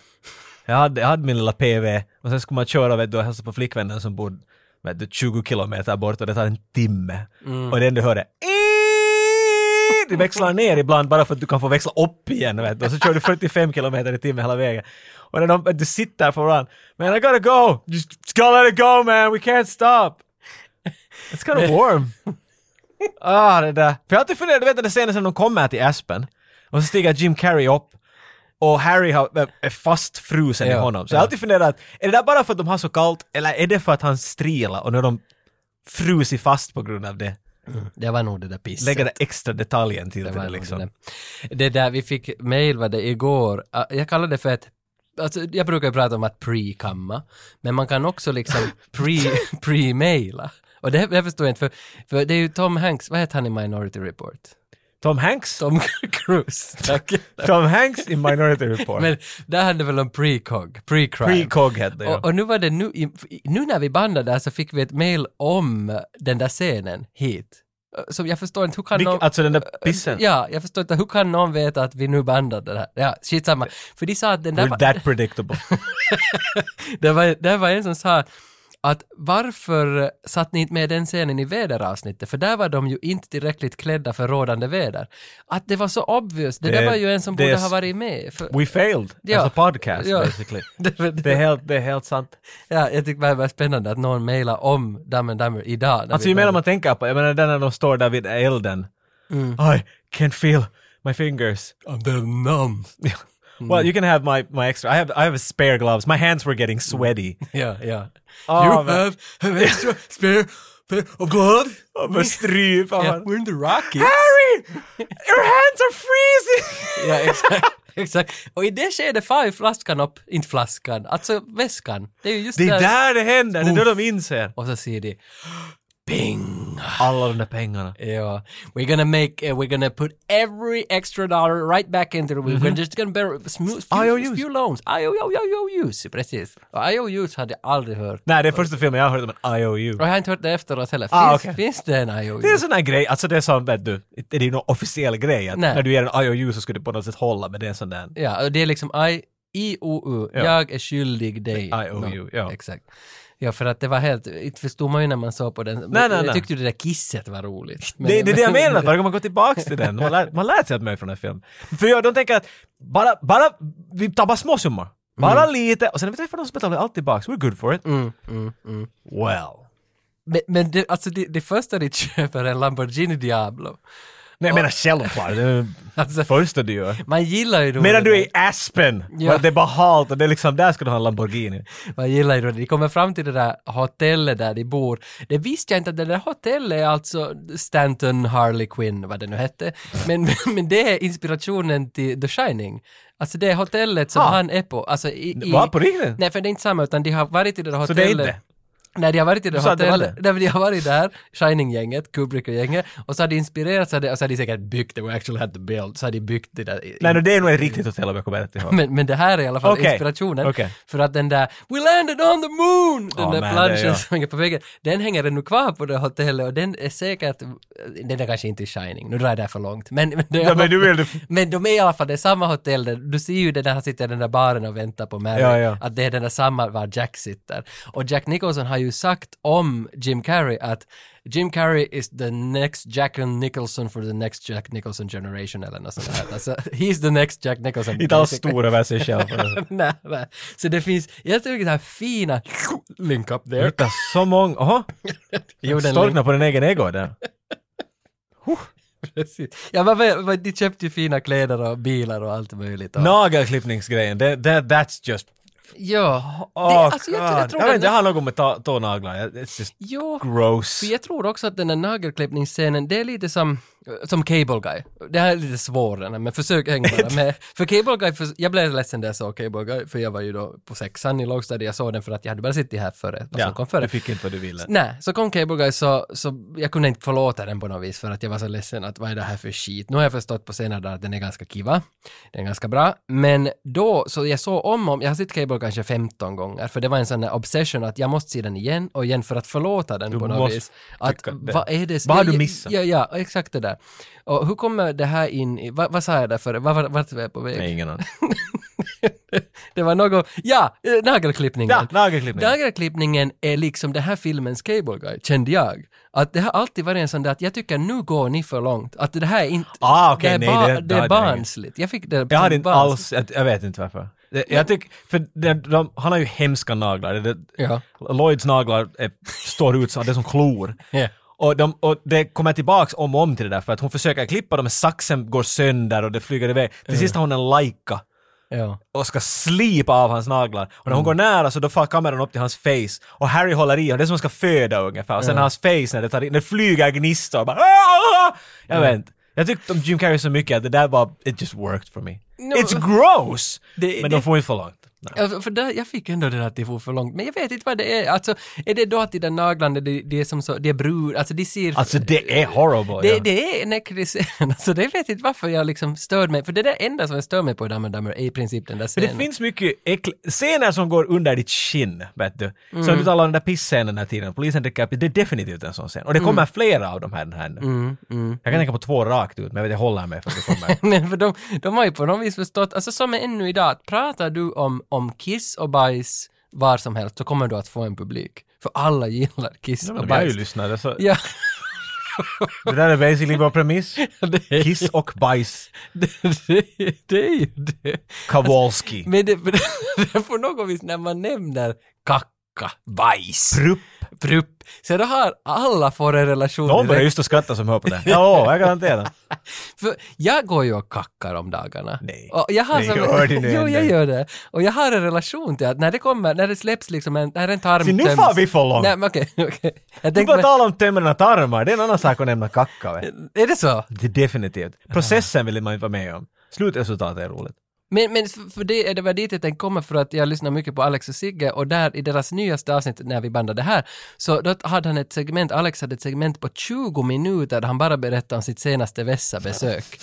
Jag hade, jag hade min lilla PV och sen skulle man köra vet du, och hälsa på flickvännen som bodde vet du, 20 kilometer bort och det tar en timme. Och det enda du hör är "Iiiit". du växlar ner ibland bara för att du kan få växla upp igen vet du. och så kör du 45 kilometer i timmen hela vägen. Och när de, du sitter på varandra, man I gotta go, just gotta let it go man, we can't stop. It's kind of warm. ah, det där. För jag har alltid funderat, du vet den där scenen som de kommer till Aspen och så stiger Jim Carrey upp och Harry har, eh, är fast frusen i
Ja,
honom. Så jag har alltid funderat, är det där bara för att de har så kallt eller är det för att han strilar och nu har de frusit fast på grund av det?
Det var nog det där pisset.
Lägga den extra detaljen till det,
Det var nog
liksom.
det. Det där vi fick mail var det igår, Ah, jag kallar det för ett Alltså, jag brukar ju prata om att pre-kamma, men man kan också liksom pre- pre-maila. Och det, det förstår jag inte, för, för det är ju Tom Hanks, vad heter han i Minority Report?
Tom Hanks? Tom,
Tom Cruise, tack.
Hanks i Minority Report.
men där handlade det väl om pre-cog, pre-crime.
Pre-cog hette det
Och,
ja.
och nu var det nu, i- i- nu när vi bandade där så fick vi ett mail om den där scenen hit. Eh, Som jag förstår inte, hur kan
Vilk-
någon...
Alltså den där pissen.
Ja, jag förstår inte, hur kan någon veta att vi nu bandade det här? Ja, skitsamma. För de sa att den där
We're
var,
that predictable.
det var, det var en som sa att varför satt ni inte med den scenen i väderavsnittet? För där var de ju inte tillräckligt klädda för rådande väder. Att det var så obvious, det,
Det-
där var ju en som
det är
borde ha
s-
varit med. För,
We failed
Ja.
as a podcast
Ja.
basically.
det,
Det är helt, det är helt sant.
ja, jag tyckte det var spännande att någon mejlade om Dumb and Dumber idag. när
Alltså
vi
ju mer
började.
man tänker på, jag menar den när de står där vid Mm. elden. I can't feel my fingers.
I'm the numb.
Well, you can have my, my extra. I have I have a spare gloves. My hands were getting sweaty.
Yeah, yeah.
Oh,
you
man.
have an extra spare oh, pair of gloves?
Of a stryp.
Yeah, we're in the Rockies.
Harry! Your hands are freezing!
ja, exakt. exakt. Och i det skedet far ju flaskan upp, inte flaskan, alltså väskan. Det är ju just
Det är där det händer, det är då de inser.
Och så säger de Bing!
Alla de där pengarna.
Ja. We're gonna make, uh, we're gonna put every extra dollar right back into the, we're
Mhm.
just gonna bear, smu, few,
IOUs.
few loans. IOUs, precis. Och IOUs hade jag aldrig hört.
Nej, det är första filmen jag har hört om en IOU.
Och jag har inte hört det efteråt heller. Finns,
Ah, okej.
finns det en IOU?
Det är en sån här grej, alltså det är som, vet du, det är ju någon officiell grej att
Nej.
när du ger en IOU så skulle det på något sätt hålla, men det är en sån där...
Ja, och det är liksom I, IOU,
Ja.
jag är skyldig dig.
IOU, ja.
Exakt. Ja, för att det var helt, inte förstod man ju när man såg på den.
Nej, nej,
jag
nej.
tyckte det där kisset var roligt. Men-
Det, det är det jag menar, att varje gång man går tillbaka till den, man lär, man lär sig att mer från den här filmen. För jag, de tänker att bara, bara, vi tar bara småsummor. Bara
Mm.
lite, och sen när vi träffar någon som betalar allt tillbaks, we're good for it.
mm.
Well.
Men, men det, alltså det, det första du köper är en Lamborghini Diablo.
Nej, jag menar självklart, det är
Alltså,
det första du gör.
man gillar ju då...
Medan
det
du är
där.
i Aspen,
Ja.
ja. det är bara halt och det är liksom, där ska du ha en Lamborghini.
Man gillar ju då det. De kommer fram till det där hotellet där de bor. Det visste jag inte att det där hotellet är alltså Stanton Harley Quinn, vad det nu hette. Men, men det är inspirationen till The Shining. Alltså det är hotellet som
Ah.
han är på. Alltså i, i,
Va, på riktigt?
Nej, för det är inte samma, utan de har varit i det där
Så
hotellet.
det är inte?
Nej, de har varit i det
Du sa att det
hotellet.
var
Nej, men de har varit där, Shining-gänget, Kubrick-gänget, och så har de inspirerats av det, och så har de säkert byggt det, we actually had to build, så har de byggt det där. i-
Nej, no, det är nog ett riktigt hotell om jag kommer rätt ihåg.
men, men det här är i alla fall
Okej,
inspirationen.
okej.
För att den där “We landed on the moon!” Den
Åh,
där
man, det är
planschen
jag.
som hänger på väggen, den hänger ännu kvar på det hotellet och den är säkert, den är kanske inte i Shining, nu drar jag det här för långt. Men, men, det är i
Ja,
alla-
men du vill...
men de är i alla fall, det är samma hotell, där, du ser ju det där han sitter i den där baren och väntar på Mary,
Ja, ja.
att det är den där samma var Jack sitter. Och Jack Nicholson har ju sagt om Jim Carrey att Jim Carrey is the next Jack Nicholson for the next Jack Nicholson generation eller något sånt här. Alltså, he's the next Jack Nicholson.
Inte alls
basically.
stor över sig själv.
nej, nej. Så det finns, jag tycker det här fina link up there.
Hitta så många... Jaha,
Jo, den
storkna på din egen ego där.
link- precis. Ja, men, vad- vad- de köpte ju fina kläder och bilar och allt möjligt. Och,
Nagelklippningsgrejen, det, det, that's just...
Ja.
Oh,
det, alltså, jag, tror- jag
God.
tror
jag vet inte,
den-
jag har något med ta- tånaglar. Jag- It's just
Jo,
gross.
för jag tror också att den här nagelklippningsscenen, det är lite som, som Cable Guy. Det här är lite svårare, men försök hänga bara med. För Cable Guy, för, jag blev ledsen när jag såg Cable Guy, för jag var ju då på sexan i lågstadiet, jag såg den för att jag hade bara suttit här före, vad som kom
Ja,
före.
du fick inte vad du ville.
Nej, så kom Cable Guy så, så jag kunde inte förlåta den på något vis för att jag var så ledsen att vad är det här för skit. Nu har jag förstått på senare dagar att den är ganska kiva. Den är ganska bra. Men då, så jag såg om om, jag har sett Cable kanske 15 gånger för det var en sån där obsession att jag måste se den igen och igen för att förlåta den
Du
på något
måste
vis. Att,
tycka det.
vad är det?
Vad har du
Ja,
missat?
Ja, ja, exakt det där. Och hur kommer det här in i, vad, vad sa jag där för? Vad- vad- Vart var jag på väg?
Nej, ingen aning.
det var något, ja, eh, nagelklippningen.
Ja, nagelklippning.
Dagarklippningen är liksom den här filmens Cable Guy, kände jag. Att det har alltid varit en sån där att jag tycker nu går ni för långt. Att det här är inte...
Ah, okej,
det, är
nej,
ba-
det-
det
det hade
är
jag
barnsligt. Jag fick det
Jag hade
som
inte
barnsligt.
alls, jag, jag vet inte varför. Det- Jag tycker, för det, de, han har ju hemska naglar. Det,
Ja.
Lloyds naglar är, står ut som, det är som klor.
Ja.
Och, de, och det kommer tillbaks om och om till det där, för att hon försöker klippa dem, men saxen går sönder och det flyger iväg. Till sist har hon en Leica
Ja.
och ska slipa av hans naglar. Och när hon går nära så då far kameran upp till hans face och Harry håller i honom, det är som att han ska föda ungefär. Och sen hans face när det tar in, det flyger gnistor och bara "Ah!" Jag vet inte. Jag tyckte om Jim Carrey så mycket att det där bara, it just worked for me. It's gross!
Det-
men
det-
de får inte för långt. Nej.
Ja, för- för där, jag fick ändå det där att det for för långt, men jag vet inte vad det är. Alltså, är det då att de där naglarna, det, det är som så, det är brun, alltså de ser...
Alltså det är horrible.
Det,
ja.
det är en äcklig scen, alltså det vet inte varför jag liksom störde mig, för det där enda som jag stör mig på i Dumb and Dumber är i princip den där
Men
scenen.
det finns mycket äckl- scener som går under ditt skinn, vet du. Så du talar om den där pissscenen den här tiden, polisen dricker upp, det är definitivt en sån scen. Och det kommer flera av de här. Den här nu. Jag kan tänka på två rakt ut, men jag vet, jag håller mig för att det kommer.
Nej, för de, de har ju på något vis förstått, alltså som är ännu idag, att pratar du om, om kiss och bajs var som helst så kommer du att få en publik. För alla gillar kiss
Ja,
och
men jag är ju
bajs.
lyssnare, så
Ja,
det där är basically vår premiss.
det, är-
Kiss och bajs,
det, det, det är ju det.
Kowalski,
Men det, men det, det är på något vis när man nämner kacka, bajs,
Prupp,
prupp. Så då har alla får en relation
Någon börjar
direkt.
just att skratta som hör på det. Ja, jag garanterar.
För jag går ju och kackar om dagarna.
Nej.
Och jag har
Nej,
som,
gör du nu
Jo, jag
ändå?
gör det. Och jag har en relation till att när det kommer, när det släpps liksom en, när en tarm
Se, nu
töms-
far vi för långt.
Nej, men okej, okej. Jag
Du
tänker,
bara
men,
tala om tömmerna tarmar, det är en annan sak att nämna kacka. Vet.
är det så?
Det är definitivt. Processen vill man inte vara med om. Slutresultatet är roligt.
Men, men f- för det, det var dit jag tänkte komma för att jag lyssnar mycket på Alex och Sigge och där i deras nyaste avsnitt när vi bandade här så då hade han ett segment, Alex hade ett segment på 20 minuter där han bara berättade om sitt senaste Vessa-besök.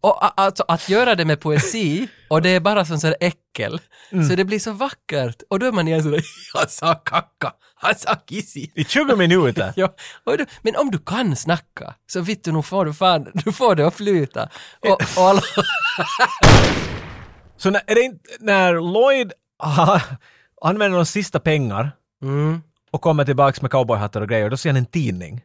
Och a- alltså att göra det med poesi och det är bara sån sån äckel. Så det blir så vackert och då är man igen sådär, jag sa kacka, han sa kissi.
I 20 minuter.
Ja, och du, men om du kan snacka så vet du, nog får du fan, du får det att flyta. Och, och alla,
Så när, är det inte, när Lloyd ah, använder de sista pengar
mm.
och kommer tillbaks med cowboyhattar och grejer, då ser han en tidning.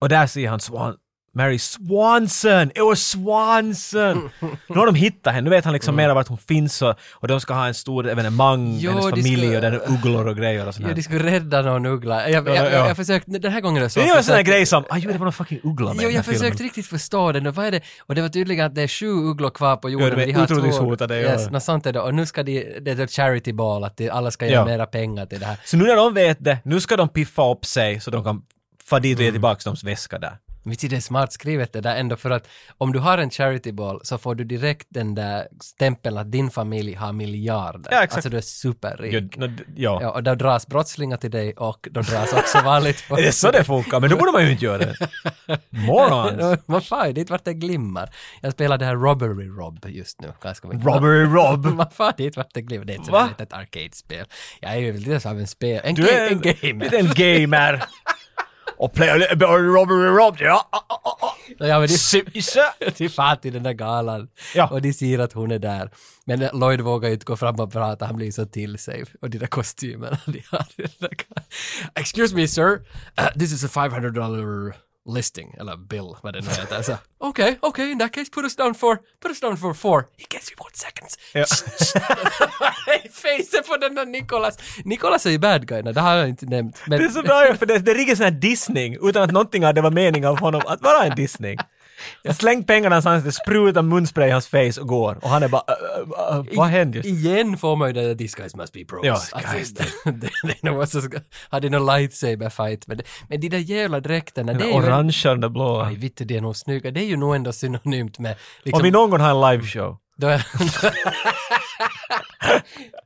Och där ser han Swan, Mary Swanson! It was Swanson! nu har de hittat henne, nu vet han liksom mera vart hon finns och, och de ska ha en stor evenemang,
Mm. Jo,
hennes
de
familj
ska-
och den är ugglor och grejer och sånt
Ja,
här.
de skulle rädda någon uggla. Jag, jag,
Ja,
jag,
ja.
jag försökte, den här gången är det så.
Det är ju en sån här
försökte-
grej som, ah, jo, det var någon fucking uggla med
Jo,
i den här
jag försökte
filmen.
riktigt förstå den och vad är det? Och det var tydligen att det är sju ugglor kvar på jorden.
Ja, de är
och har två-
utrotningshotade, ja.
Yes, något sånt är det. Och nu ska de, det är då charity ball, att de, alla ska ge
Ja.
mera pengar till det här.
Så nu när de vet det, nu ska de piffa upp sig så de kan få dit och
Mm.
ge tillbaks deras väska där.
Men det är smart skrivet det där ändå för att om du har en charity ball så får du direkt den där stämpeln att din familj har miljarder.
Ja, exakt.
Alltså du är superrik.
Jo, nå, d- ja.
Ja, och då dras brottslingar till dig och då dras också vanligt folk.
Är det så det funkar? Men då borde man ju inte göra det. Morons!
Vad fan, dit vart det glimmar. Jag spelar det här Robbery Rob just nu. Ganska mycket.
Robbery Rob!
Vad fan, dit vart det glimmar. Det är ett
Va?
sånt litet arcade-spel. Jag är ju lite som en spel... En,
Du
ga-
är
en
en
gamer.
liten gamer. Och play eh, a little bit of Robbery Rob. Ja, ah, ah, ah, ah.
Ja, men det-
Sisa.
till far till den där galan
Ja.
och de ser att hon är där. Men Lloyd vågar ju inte gå fram och prata, han blir så till sig. Och de där kostymerna de har. i den där galan. Excuse me sir, Uh, this is a 500 dollar listing, eller bill, vad det nu heter. Alltså, okay, okay, in that case put us down for, put us down for four. He gives you one seconds.
Ja.
Face på den där Nicolas. Nicolas är ju bad guy, det har jag inte nämnt. Men,
Det är så bra ju, för det, det ligger sån här dissning utan att någonting av det var meningen av honom att vara en dissning. Jag slängt pengarna i hans ansikte, sprutar munspray i hans face och går. Och han är bara, "Äh, äh, äh, vad hände just
Igen får man ju det där “These guys must be bros”.
Ja,
Alltså, det- det är nog vad som ska- hade någon lightsaber fight men, det- men de där jävla dräkterna, det är
Den
ju...
orangea, den där blåa.
Aj, vittu, det är nog snygga. Det är ju nog ändå synonymt med...
Om
Liksom,
vi någon gång har en liveshow.
då är,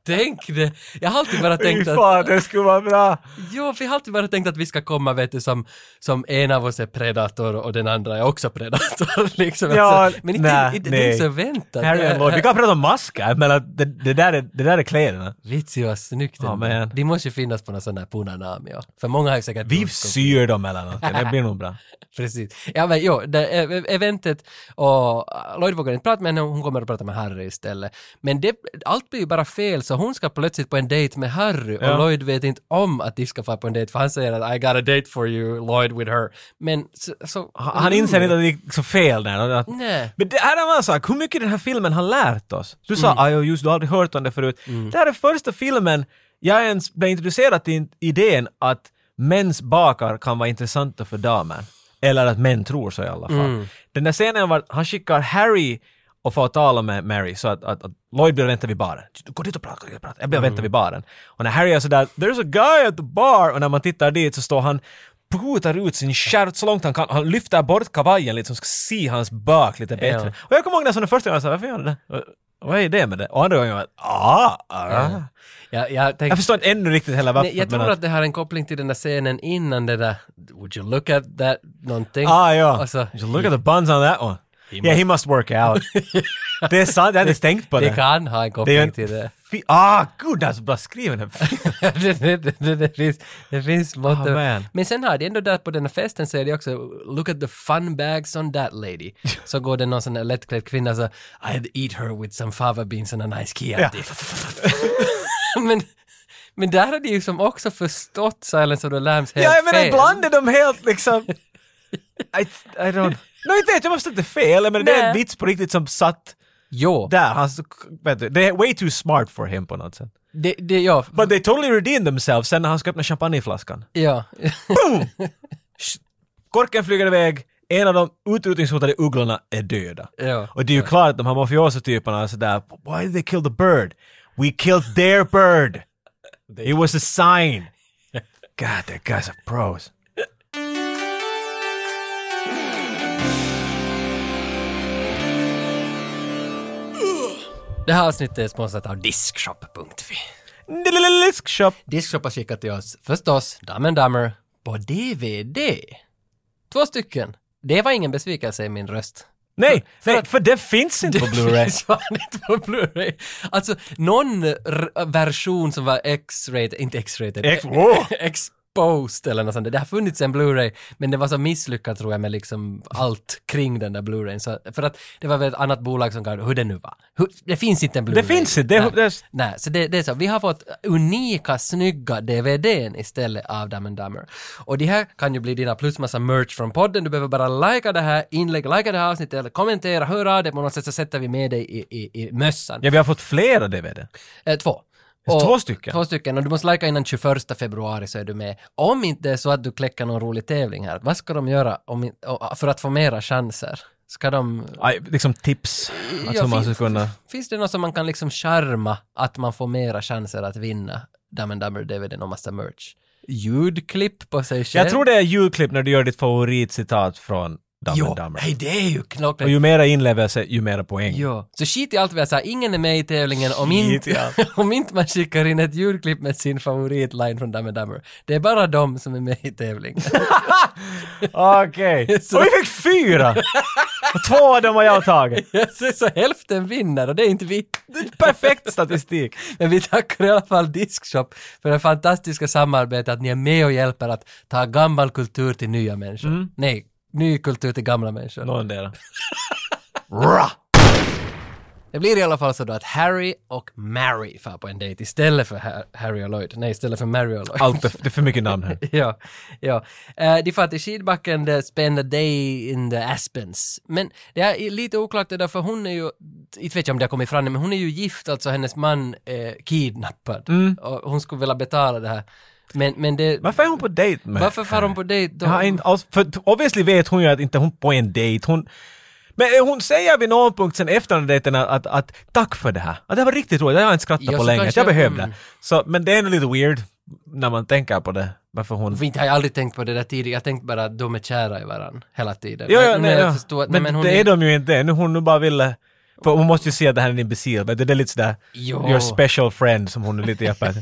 Tänk det! Jag har alltid bara
Fy
tänkt att...
fan, det skulle vara bra!
Jo, för jag har alltid bara tänkt att vi ska komma, vet du, som, som en av oss är predator och den andra är också predator. Liksom.
Ja,
alltså. Men inte,
nej,
inte, det är inte så
nej.
väntat.
Harry and Lloyd. Vi
eh,
kan prata om masker, men att det, det, där är, det där är kläderna.
Vitsi vad snyggt.
Ja,
ändå.
men.
De måste ju finnas på någon sån här Punanami. Ja. För många har ju säkert...
Vi
bunskor.
syr dem eller någonting, det blir nog bra.
Precis. Ja men jo, det är ev- eventet och äh, Lloyd vågar inte prata med henne, hon kommer att prata med Harry istället. Men det, allt blir ju bara fel så hon ska plötsligt på en dejt med Harry och
Ja.
Lloyd vet inte om att de ska få på en dejt för han säger att I got a date for you Lloyd with her. Men så... så
Han, han inser inte att det gick så fel där. Att,
Nej.
Men det här är en annan sak, hur mycket den här filmen har lärt oss. Du sa mm. just du har aldrig hört om det förut. Det här är första filmen jag ens blev introducerad till in- idén att mäns bakar kan vara intressanta för damer. Eller att män tror så i alla fall. Den där scenen var han skickar Harry och får tala med Mary så att, att, att Lloyd blir vänta vid baren. Gå dit och prata, gå dit och prata. Jag blir
Mm.
vänta vid baren. Och när Harry är sådär “There's a guy at the bar” och när man tittar dit så står han prutar ut sin stjärt så långt han kan. Han lyfter bort kavajen lite så man ska se hans bak lite bättre.
Ja.
Och jag kommer ihåg när jag såg den första gången, jag sa varför gör han det? Och- Vad är det med det? Och andra gången, jag bara, ah, ah.
Jag, jag, tänkte,
Jag förstår inte ännu riktigt heller varför.
Nej, jag
men
tror att det har en koppling till den där scenen innan det där “Would you look at that?” någonting.
Ah, ja.
Och så-
Just look at the buns on that one. yeah, he must work out. det är sant, jag hade inte tänkt på
det
det.
kan ha en
Det är
koppling
en
till det.
fi- ah, gud, det är så bra skriven. den här filmen.
det, det, det, det finns, det finns mått
Ah, man.
Men sen har de ändå där på den här festen så är det också “Look at the fun bags on that lady”. så går det någon sån där lättklädd kvinna så “I had eat her with some fava beans and a nice chianti”. men, men där har de ju som också förstått Silence of the Lambs helt
ja, jag menar
fel.
ibland är de helt liksom... I, I don't... No, inte vet jag, jag måste inte fel, men det är en
Nej.
vits på riktigt som satt
Jo.
Där, han, vet du, det är way too smart for him på något sätt.
Det, det, ja.
But they totally redeemed themselves sen när han ska öppna champagneflaskan.
ja.
Korken flyger iväg, en av de utrotningshotade ugglorna är döda.
Ja.
Och det är ju klart att de här mafioso-typerna är sådär “Why did they kill the bird? We killed their bird! It was a sign!” God, the guys are pros.
Det här avsnittet är sponsrat av Diskshop.fi.
Diskshop!
Diskshop har skickat till oss, förstås, Dumb and Dumber på DVD. Två stycken. Det var ingen besvikelse i min röst.
Nej,
för
nej,
att-
för det finns inte på Blu-ray.
finns fan inte på Blu-ray. Alltså, någon r- version som var X-rated, inte X-rated.
Ex- Åh!
Exposed eller något sånt. Det har funnits en Blu-ray, men det var så misslyckat tror jag med liksom allt kring den där Blu-rayn. Så, för att det var väl ett annat bolag som gav hur det nu var. Hur, det finns inte en Blu-ray.
Det finns inte. Det,
Nej.
det,
Nej, så det, det är så. Vi har fått unika, snygga DVDn istället av Dumb and Dumber. Och det här kan ju bli dina plus massa merch från podden. Du behöver bara likea det här inlägget, likea det här avsnittet eller kommentera, hör av dig på något sätt så sätter vi med dig i, i, i mössan.
ja, vi har fått flera DVD.
Eh, två.
Just två stycken?
Två stycken. Och du måste likea innan 21 februari så är du med. Om inte det är så att du kläcker någon rolig tävling här, vad ska de göra om, in- och- för att få mera chanser? Ska de...
Aj, liksom tips. Att
Ja,
hur man
fin-
ska kunna...
Finns det något som man kan liksom charma att man får mera chanser att vinna Dumb and Dumber DVDn och massa merch? Ljudklipp på sig själv?
Jag tror det är julklipp när du gör ditt favoritcitat från Dumb
Jo,
and Dumber.
hej det är ju
Och
klockrent.
ju mera inlevelse, ju mera poäng.
Jo. Så skit i allt vi har sagt, ingen är med i tävlingen om
Skit i
inte, om inte man skickar in ett ljudklipp med sin favoritline från Dumb and Dumber. Det är bara de som är med i tävlingen.
Okej.
Så-
Och vi fick fyra! Och två av dem har jag tagit.
så, så hälften vinner och det är inte vi.
Perfekt statistik.
Men vi tackar i alla fall Diskshop för det fantastiska samarbetet att ni är med och hjälper att ta gammal kultur till nya människor.
Mm.
Nej, ny kultur till gamla människor.
Någondera.
Det blir i alla fall så då att Harry och Mary far på en dejt istället för Ha- Harry och Lloyd. Nej, istället för Mary och Lloyd.
Allt är, det är för mycket namn här.
ja, ja. Eh, de far till skidbacken, de spend a day in the Aspens. Men det är lite oklart det där, för hon är ju, inte vet jag om det har kommit fram men hon är ju gift, alltså hennes man är kidnappad. Och hon skulle vilja betala det här. Men, men det...
Mm. Varför är hon på dejt med?
Varför far hon på dejt då?
Jag har inte alls, för obviously vet hon ju att inte hon på en dejt. Hon, men eh, hon säger vid någon punkt sen efter den dejten att, att, att tack för det här. Att det här var riktigt roligt, det har jag inte skrattat
Ja,
på
så
länge.
kanske-
Jag behövde.
mm.
Så, men det är ändå lite weird när man tänker på det. Varför hon...
För Inte har jag aldrig tänkt på det där tidigare, jag har tänkt bara att de är kära i varandra hela tiden.
Ja,
Men-
ja,
men
nej,
jag
ja.
förstår att- nej,
men,
men hon
det är de ju inte ännu. Hon nu bara ville... För hon måste ju se att det här är en imbecill. vet du. Det är lite sådär...
Jo.
Your special friend som hon är lite japan.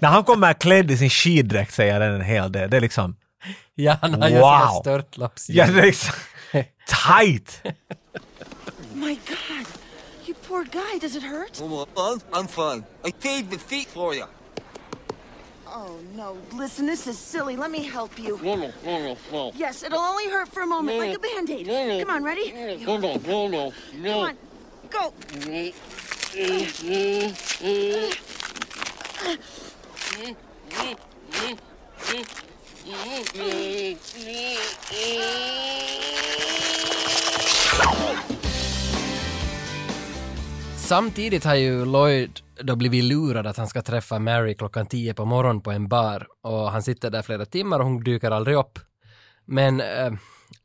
När han kommer klädd i sin skiddräkt säger den en hel del. Det är liksom...
Ja, han har ju wow.
Wow.
störtloppsljud.
Ja, det är liksom... Tight!
Oh My God, you poor guy. Does it hurt?
I'm, I'm fine. I paved the feet for you.
Oh no! Listen, this is silly. Let me help you.
No, no, no, no,
Yes, it'll only hurt for a moment, like a band-aid. Come on, ready?
no, no, no, no,
Come
no.
on, go.
Samtidigt har ju Lloyd då blivit lurad att han ska träffa Mary klockan 10 på morgonen på en bar och han sitter där flera timmar och hon dyker aldrig upp. Men eh,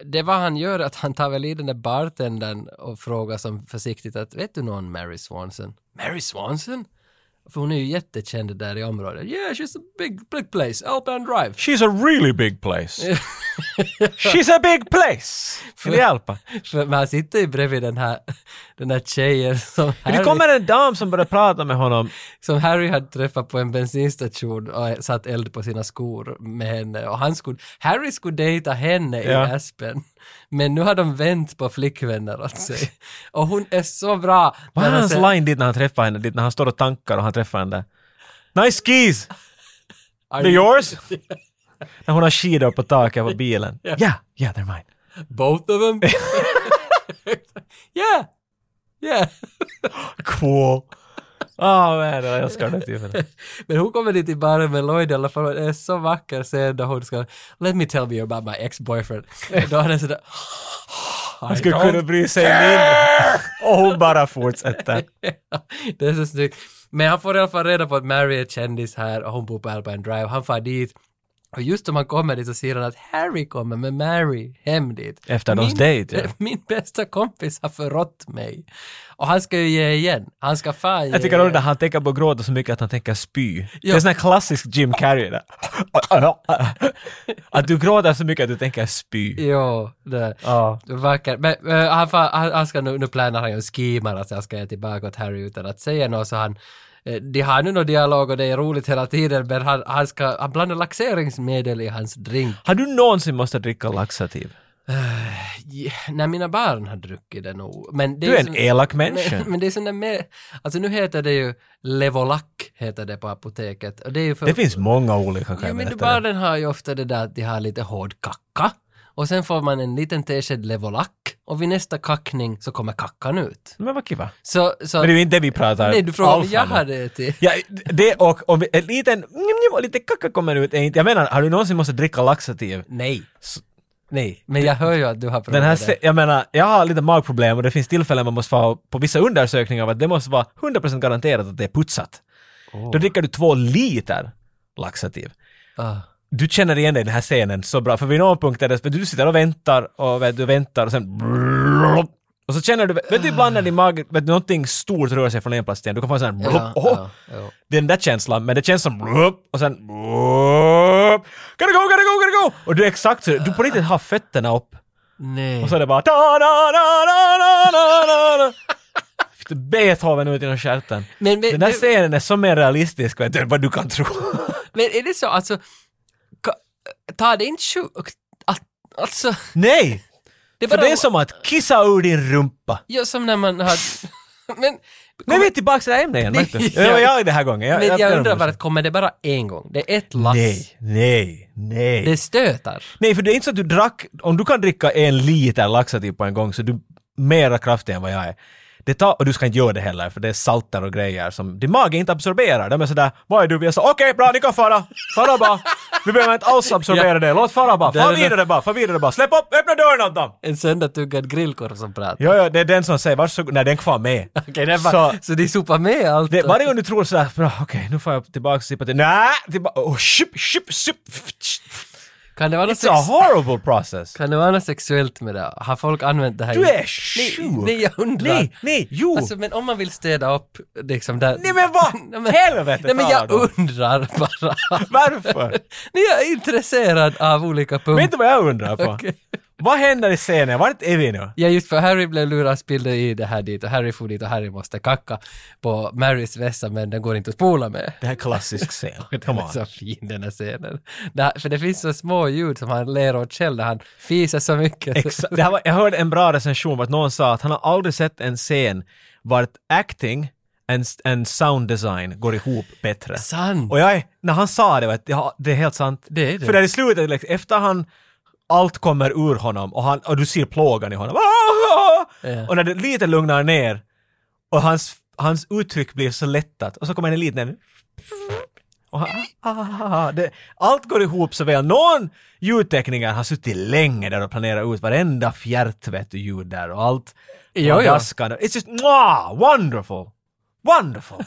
det vad han gör är att han tar väl i den där bartendern och frågar som försiktigt att vet du någon Mary Swanson? Mary Swanson? För hon är ju jättekänd där i området. Yeah, she's a big, big place, Alpen Drive.
She's a really big place. She's a big place! Vill du hjälpa?
För man sitter ju bredvid den här, den här tjejen som
Det
Harry,
kommer en dam som börjar prata med honom.
som Harry hade träffat på en bensinstation och satt eld på sina skor med henne. Och han skulle, Harry skulle dejta henne
Ja.
i Aspen. Men nu har de vänt på flickvänner åt sig. Och hon är så bra.
Vad är
Men
hans
alltså,
line dit när han träffar henne? Dit när han står och tankar och han träffar henne där. Nice skis!
are
They're
you-
yours? när hon har skidor på taket på bilen. Ja, yeah, yeah, they're mine.
Both of them? yeah! Yeah!
Cool. Ah, Åh man, jag älskar den här typen.
Men hon kommer dit i baren med Lloyd i alla fall och det är så vacker scen där hon ska Let me tell you about my ex-boyfriend. Och då är det sådär
Han skulle kunna bry sig mindre. Och hon bara fortsätter.
det är så snyggt. Men han får i alla fall reda på att Mary är kändis här och hon bor på Alpine Drive. Han far dit. Och just om han kommer dit så ser han att Harry kommer med Mary hem dit.
Efter deras
Min-
dejt, ja.
Min bästa kompis har förrått mig. Och han ska ju ge igen. Han ska fan
Jag tycker
ge
om det där, han tänker på att gråta så mycket att han tänker spy. Det är
Ja.
en sån här klassisk Jim Carrey där. Att du gråter så mycket att du tänker spy.
Jo, det.
Ja.
Vackert. Men eh, han, fa- han, han ska nu, nu planerar han ju skimar, alltså han ska ge tillbaka åt Harry utan att säga något så han eh, de har nu någon dialog och det är roligt hela tiden men han, han ska, han blandar laxeringsmedel i hans drink.
Har du någonsin måste dricka laxativ?
Ja, När mina barn har druckit det nog. Men det
Du är
ju
en elak människa.
Men, men det är sån där med, alltså nu heter det ju Levolac heter det på apoteket och det är ju för...
Det finns många olika
Ja, men
skärmar.
barnen har ju ofta det där att de har lite hård kacka. Och sen får man en liten tesked Levolac och vid nästa kackning så kommer kackan ut.
Men vad kiva.
Så, så...
Men det är ju inte det vi pratar
Nej, du frågar om
alls
jag
om.
hade det till.
Ja, det och om en liten njum, njum, och lite kacka kommer ut är inte... Jag menar, har du någonsin måste dricka laxativ?
Nej. Nej, men jag hör ju att du har provat
Den här,
det.
se- jag menar, jag har lite magproblem och det finns tillfällen man måste få på vissa undersökningar av att det måste vara 100% garanterat att det är putsat. Då dricker du två liter laxativ.
Ah.
Du känner igen dig i den här scenen så bra, för vid någon punkt är det så att du sitter och väntar och vet, du väntar och sen och så känner du, vet du ibland när din mage, vet du någonting stort rör sig från en plats till en, du kan få en sån här,
Ja,
åh,
ja, ja.
den där känslan, men det känns som och sen gotta go, gotta go, gotta go! Och du är exakt så, du på riktigt har fötterna upp
Nej.
och så är det bara da, da, da, da, da, da, da, da. Fick du Typ Beethoven ut genom stjärten.
Men, men,
Den där
men,
scenen är så mer realistisk vet du, än vad du kan tro.
men är det så, alltså... Ka, ta det inte sjukt. Att, alltså...
Nej!
Det är
För
bara...
det är som att kissa ur din rumpa.
Ja, som när man har... men...
Nu är vi tillbaka till det här ämnet igen, märkte du? Det var jag den här gången.
men jag,
ber om
undrar bara,
ursäkt.
att kommer det bara en gång? Det är ett lass.
Nej, nej, nej.
Det stötar.
Nej, för det är inte så att du drack, om du kan dricka en liter laxativ på en gång så är du mera kraftig än vad jag är. Det tar, och du ska inte göra det heller, för det är salter och grejer som din mage inte absorberar. De är sådär, vad är du? Vi är så, okej, bra, ni kan fara. Fara bara. Vi behöver inte alls absorbera det. Låt fara bara.
Där är
Far
det-
vidare bara, far vidare bara. Släpp upp, öppna dörren åt dem.
En söndertuggad grillkorv som pratar.
Ja, ja, det är den som säger, varsågod. Nej, den kvar med.
Okej, det är bara, så,
Så-
de sopar med allt.
Det,
och-
varje gång du tror sådär, bra, okej, nu får jag tillbaka och sippa till. Nej, tillbaka. Oh, ship, ship, ship.
kan, det vara något
It's a
sex,
horrible process.
kan det vara något sexuellt med det? Har folk använt det här?
Du
i-
är sjuk!
Nej, nej, jag undrar.
Nej, nej, jo!
Alltså, men om man vill städa upp liksom där...
Nej, men vad?
Nej, men-
Helvete
Nej men jag
talar du
undrar bara.
Varför?
nej, jag är intresserad av olika
Vet
punkter.
du vad jag undrar på?
Okej.
Vad händer i scenen? Vart är vi nu?
Ja just för Harry blev lurad spillde i det här dit och Harry for dit och Harry måste kacka på Marys vässa men den går inte att spola med.
Det här är klassisk scen.
Den
Come
är
on.
så fin den här scenen. Det här, för det finns så små ljud som han ler åt själv när han fiser så mycket.
Exa- det här var, jag hörde en bra recension vart någon sa att han har aldrig sett en scen vart acting and, and sound design går ihop bättre.
Sant.
Och jag, är- när han sa det, vet, du, ja, det är helt sant.
Det är det.
För där i slutet, liksom, efter han, allt kommer ur honom och, han, och du ser plågan i honom. Ah!
Ja.
Och när det lite lugnar ner och hans, hans uttryck blir så lättat och så kommer en liten... Och han, ah, ah, ah, ah. det, allt går ihop så väl. Någon ljudtekniker har suttit länge där och planerat ut varenda fjärt vet du, ljud där och allt.
Jo,
Och
jo.
daskan. It's just mwah, wonderful! Wonderful!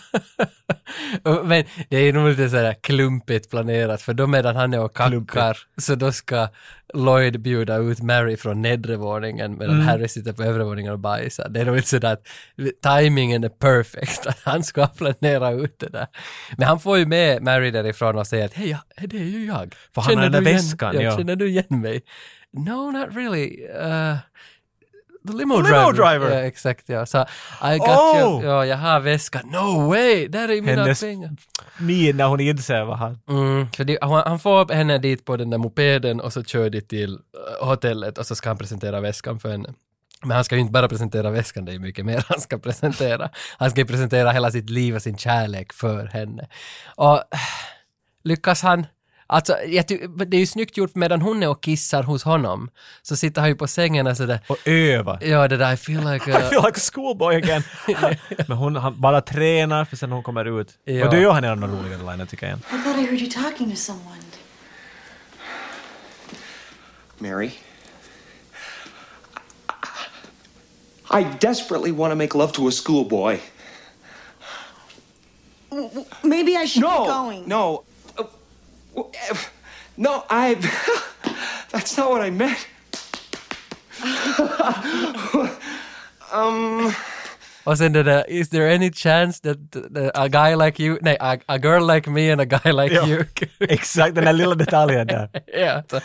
Men det är nog lite sådär klumpigt planerat för då medan han är och kackar
Klumpigt.
så då ska Lloyd bjuda ut Mary från nedre våningen medan
Mm.
Harry sitter på övre våningen och bajsar. Det är nog inte sådär att tajmingen är perfect att han ska planera ut det där. Men han får ju med Mary därifrån och säger att hej, ja, det är ju jag.
För han har den
du
där
igen-
väskan,
ja,
ja.
Känner du igen mig? No, not really. Uh, The limo,
The limo driver.
Ja, exakt, ja. Så, I got
Oh!
you. Ja, jag har väskan. No way! Där är mina
Hennes-
pengar.
Min när hon inser vad han...
Mm, för det, han, han får upp henne dit på den där mopeden och så kör de till eh, hotellet och så ska han presentera väskan för henne. Men han ska ju inte bara presentera väskan, det är ju mycket mer han ska presentera. Han ska ju presentera hela sitt liv och sin kärlek för henne. Och eh, lyckas han Alltså, jag ty- det är ju snyggt gjort medan hon är och kissar hos honom. Så sitter han ju på sängen och sådär,
Och öva.
ja det där, I feel like...
I
uh,
feel like a schoolboy again. Men hon han bara tränar för sen hon kommer ut.
Ja.
Och det gör han en av de roligare linjerna tycker jag.
I thought I heard you talking to someone.
Mary, I-
I desperately want to make love to a schoolboy.
W- w- Maybe I should
no,
be going.
No, Uh, w- uh, no, I. That's not what I meant. um.
Och sen det där, uh, is there any chance that uh, a guy like you, nej, a, a girl like me and a guy like
Ja,
you.
Exakt, den där lilla detaljen där.
yeah. So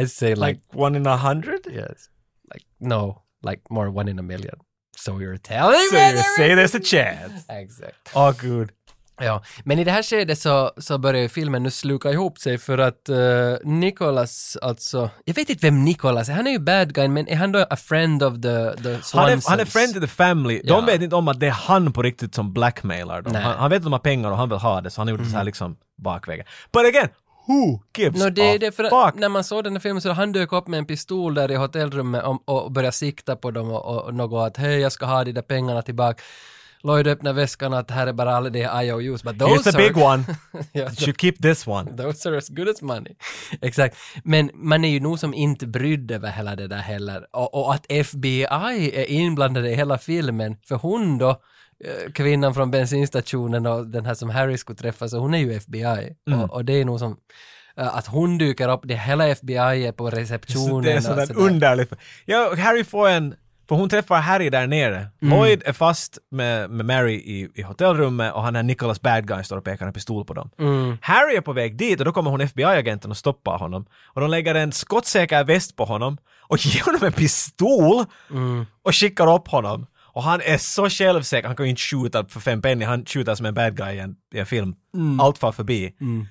I say like,
Like one in a hundred?
Yes. Like no, like more one in a million. So you're telling
So
me
you say there's a chance.
Exakt.
Åh gud.
Ja, men i det här skedet så, så börjar ju filmen nu sluka ihop sig för att eh, Nicholas, alltså, jag vet inte vem Nicholas är, han är ju bad guy, men är han då a friend of the, the Swansons?
Han är, han är friend to the family. De
Ja.
vet inte om att det är han på riktigt som blackmailar dem.
Nej. Mm.
Han, han vet att de har pengar och han vill ha det, så han gjorde så här liksom bakvägen. But again, who gives
No, det
a
är det, för att när man såg den här filmen så han dök upp med en pistol där i hotellrummet och, och började sikta på dem och, och, och något att hej, jag ska ha de där pengarna tillbaka. Lloyd öppnar väskan att här är bara alla de här IOUs. But those
Here's a
are...
big one.
Ja,
You keep this one.
Those are as good as money. Exakt. Men man är ju nog som inte brydd över hela det där heller. Och, och att FBI är inblandade i hela filmen, för hon då, eh, kvinnan från bensinstationen och den här som Harry skulle träffa, så hon är ju FBI.
Mm.
Och, och det är nog som eh, att hon dyker upp, det är hela FBI är på receptionen.
Det är
och
sådär
sådär.
underligt. Ja, Harry får en... För hon träffar Harry där nere.
Mm.
Lloyd är fast med, med Mary i, i hotellrummet och han är Nicholas bad guy står och pekar en pistol på dem.
Mm.
Harry är på väg dit och då kommer hon FBI-agenten och stoppar honom. Och de lägger en skottsäker väst på honom och ger honom en pistol
Mm.
och skickar upp honom. Och han är så självsäker, han kan ju inte skjuta för fem penny, han skjuter som en bad guy i en, i en film.
Mm.
Allt far förbi.
Mm.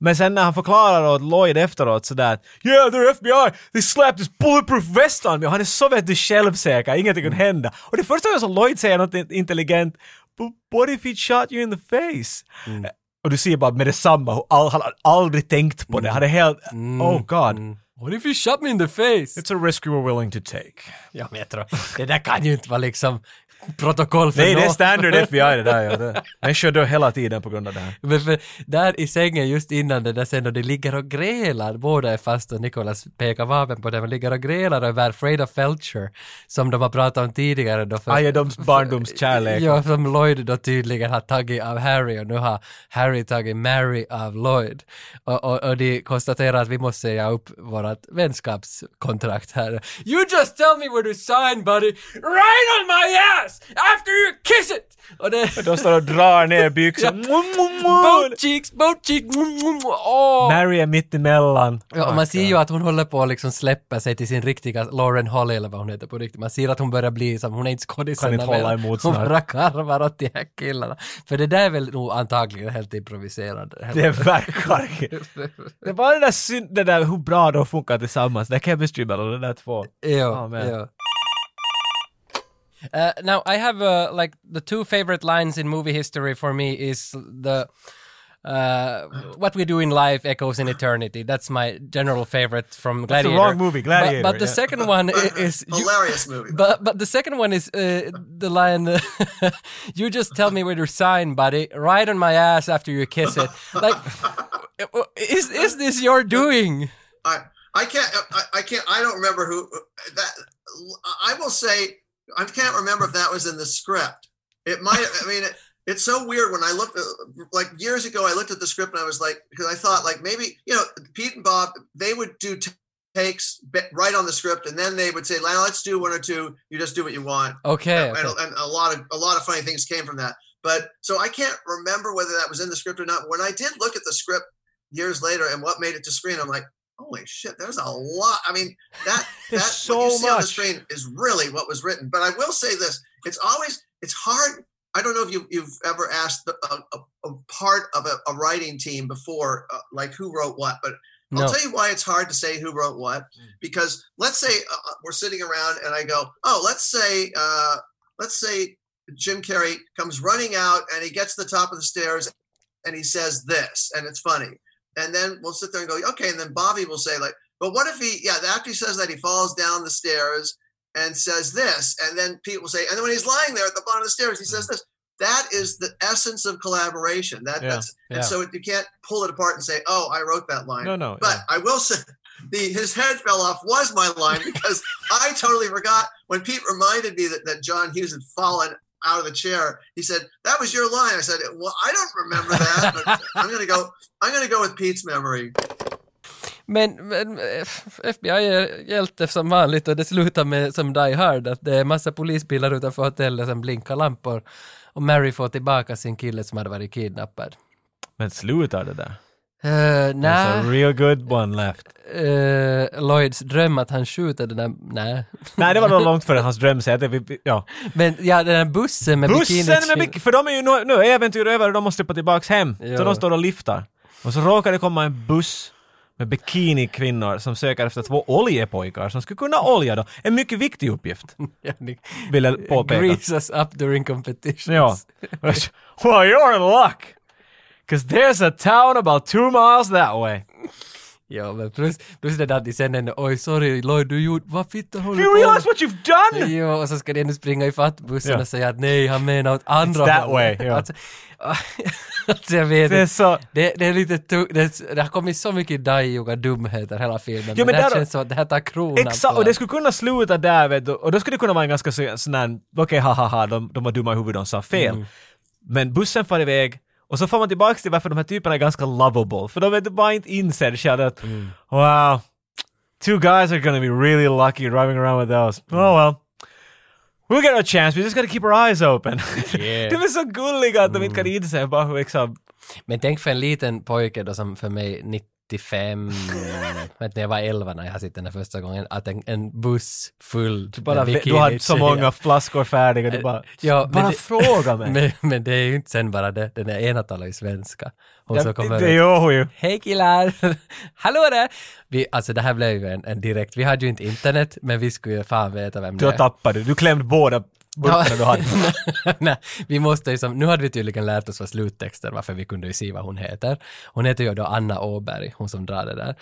Men sen när han förklarar åt Lloyd efteråt sådär att “Yeah, they're FBI! They slapped this bulletproof vest on me!” och han är så vet du självsäker, ingenting kunde hända. Och det första gången som Lloyd säger något in- intelligent “But what if he shot you in the face?” Eh, Och du ser bara med detsamma hur all, han har aldrig tänkt på det. Han är helt “Oh God!”
What if you shot me in the face?
It's a risk you were willing to take.
Ja, men jag tror, det där kan ju inte vara liksom protokoll för
Nej, det är
nå-
standard FBI det där. Ja. Det- Människor dör hela tiden på grund av det här.
Men för där i sängen just innan det där sen och de ligger och grälar, båda är fast och Nicholas pekar vapen på dem och ligger och grälar över Freda Felcher som de har pratat om tidigare då. För,
Aj, de barndomskärlek.
Ja, som Lloyd då tydligen har tagit av Harry och nu har Harry tagit Mary av Lloyd. Och, och, och de konstaterar att vi måste säga upp vårat vänskapskontrakt här. You just tell me where to sign buddy, right on my ass after you kiss it! Och det...
De står och drar ner byxan.
Both cheeks, both cheeks, åh!
Mary är mittemellan.
Ja, och man ser ju att hon håller på att liksom släppa sig till sin riktiga Lauren Holly eller vad hon heter på riktigt. Man ser att hon börjar bli som, hon är inte skådisen.
Kan inte hålla emot
Hon
snart.
bara karvar åt de här killarna. För det där är väl nog antagligen helt improviserat.
Det verkar ju. Det var det där synd, det där hur bra de funkar tillsammans, den chemistry mellan de där två.
Ja,
Ja, men.
ja. Uh, now I have uh, like the two favorite lines in movie history for me is the uh, what we do in life echoes in eternity. That's my general favorite from
That's the
Gladiator.
wrong movie,
But-
Gladiator,
But, the
yeah.
second one i- is you-
Hilarious movie.
But but the second one is uh, the line uh, you just tell me where to sign, buddy. Right on my ass after you kiss it. Like is is this your doing?
I I can't I, I can't I don't remember who that I will say I can't remember if that was in the script. It might I mean it, it's so weird when I looked like years ago I looked at the script and I was like because I thought like maybe you know Pete and Bob they would do t- takes be- right on the script and then they would say now let's do one or two you just do what you want
Okay.
and,
okay.
and a lot of a lot of funny things came from that. But so I can't remember whether that was in the script or not. When I did look at the script years later and what made it to screen, I'm like, holy shit, there's a lot. I mean, that that
There's
what
so
you see on the
much.
screen is really what was written. But I will say this: it's always it's hard. I don't know if you, you've ever asked the- a, a, a part of a, a writing team before, uh, like who wrote what, but
No.
I'll tell you why it's hard to say who wrote what.
Mm.
Because let's say uh, uh, we're sitting around and I go, oh, let's say, uh, let's say Jim Carrey comes running out and he gets to the top of the stairs and he says this, and it's funny. And then we'll sit there and go, okay. And then Bobby will say, like, but what if he, yeah, after he says that, he falls down the stairs and says this. And then Pete will say, and then when he's lying there at the bottom of the stairs, he says this. That is the essence of collaboration. That,
Mm. Yeah,
That's,
yeah.
and so you can't pull it apart and say, oh, I wrote that line.
No, no,
But I will say, the his head fell off was my line because I totally forgot when Pete reminded me that, that John Hughes had fallen out of the chair. He said, "That was your line." I said, "Well, I don't remember that, but I'm gonna go. I'm gonna go with Pete's memory."
Men, men eh, F- FBI är hjälte som vanligt och det slutar med som Die Hard att det är massa polisbilar utanför hotellet som blinkar lampor och Mary får tillbaka sin kille som hade varit kidnappad.
Men slutar det där?
Uh,
There's a
nej,
real good one left.
eh, Lloyds dröm att han skjuter den där, nej.
Nej, det var nog långt före hans dröm, så jag tänkte- ja.
Men ja, den där bussen med
Bussen med
bikini-
bik- för de är ju nu, nu är äventyr över och de måste på tillbaks hem. Så
Ja.
de står och liftar. Och så råkar det komma en buss med bikinikvinnor som söker efter två oljepojkar som skulle kunna olja då. En mycket viktig uppgift, vill jag påpeka.
Grease us up during competitions.
Ja. Well, you're in luck! Cause there's a town about two miles that way.
Ja, men plus, plus det där att de sen ändå, oj sorry Lloyd, du gjorde, vad fitta håller
Do you realize what you've done?
Jo, och så ska de ännu springa ifatt bussen
Ja.
och säga att nej, han menar åt andra
It's that
hållet.
way, ja.
alltså, alltså jag vet
Det är
inte.
så-
det, det är lite tu- det, är- det har kommit så mycket dajiga dumheter hela filmen.
Jo, men
men det här
där-
känns som att det här tar kronan
Exakt,
på
och det
allt.
skulle kunna sluta där vet du, och då skulle det kunna vara en ganska så- sån här, okej hahaha, de, de var dumma i huvudet, de sa fel.
Mm.
Men bussen far iväg, och så får man tillbaks till varför de här typerna är ganska lovable, för de vet, bara inte inser själva att
Mm.
wow, two guys are gonna be really lucky driving around with those.
Mm.
Oh well. We'll get our chance, we just gotta keep our eyes open.
Yeah. Mm.
de är så gulliga att de inte kan inse bara hur liksom,
Men tänk för en liten pojke då som för mig 95, vet ni, jag var 11 när jag sitter den här första gången, att en, en buss full med
bara, du har så
bikinitjejer.
många flaskor färdiga, du bara,
Eh, Ja, men
bara
det-
fråga mig.
men, men det är ju inte sen bara det, den där ena talar ju svenska. Hon
Ja,
så kommer
det
ut,
gör hon ju.
Hej killar! Hallå där! Vi, alltså det här blev ju en, en direkt, vi hade ju inte internet men vi skulle ju fan veta vem
Du
det
har
är.
tappat det, du klämde båda burkarna du hade.
Nej, vi måste ju som, nu hade vi tydligen lärt oss vad sluttexter varför vi kunde ju se vad hon heter. Hon heter ju då Anna Åberg, hon som drar det där.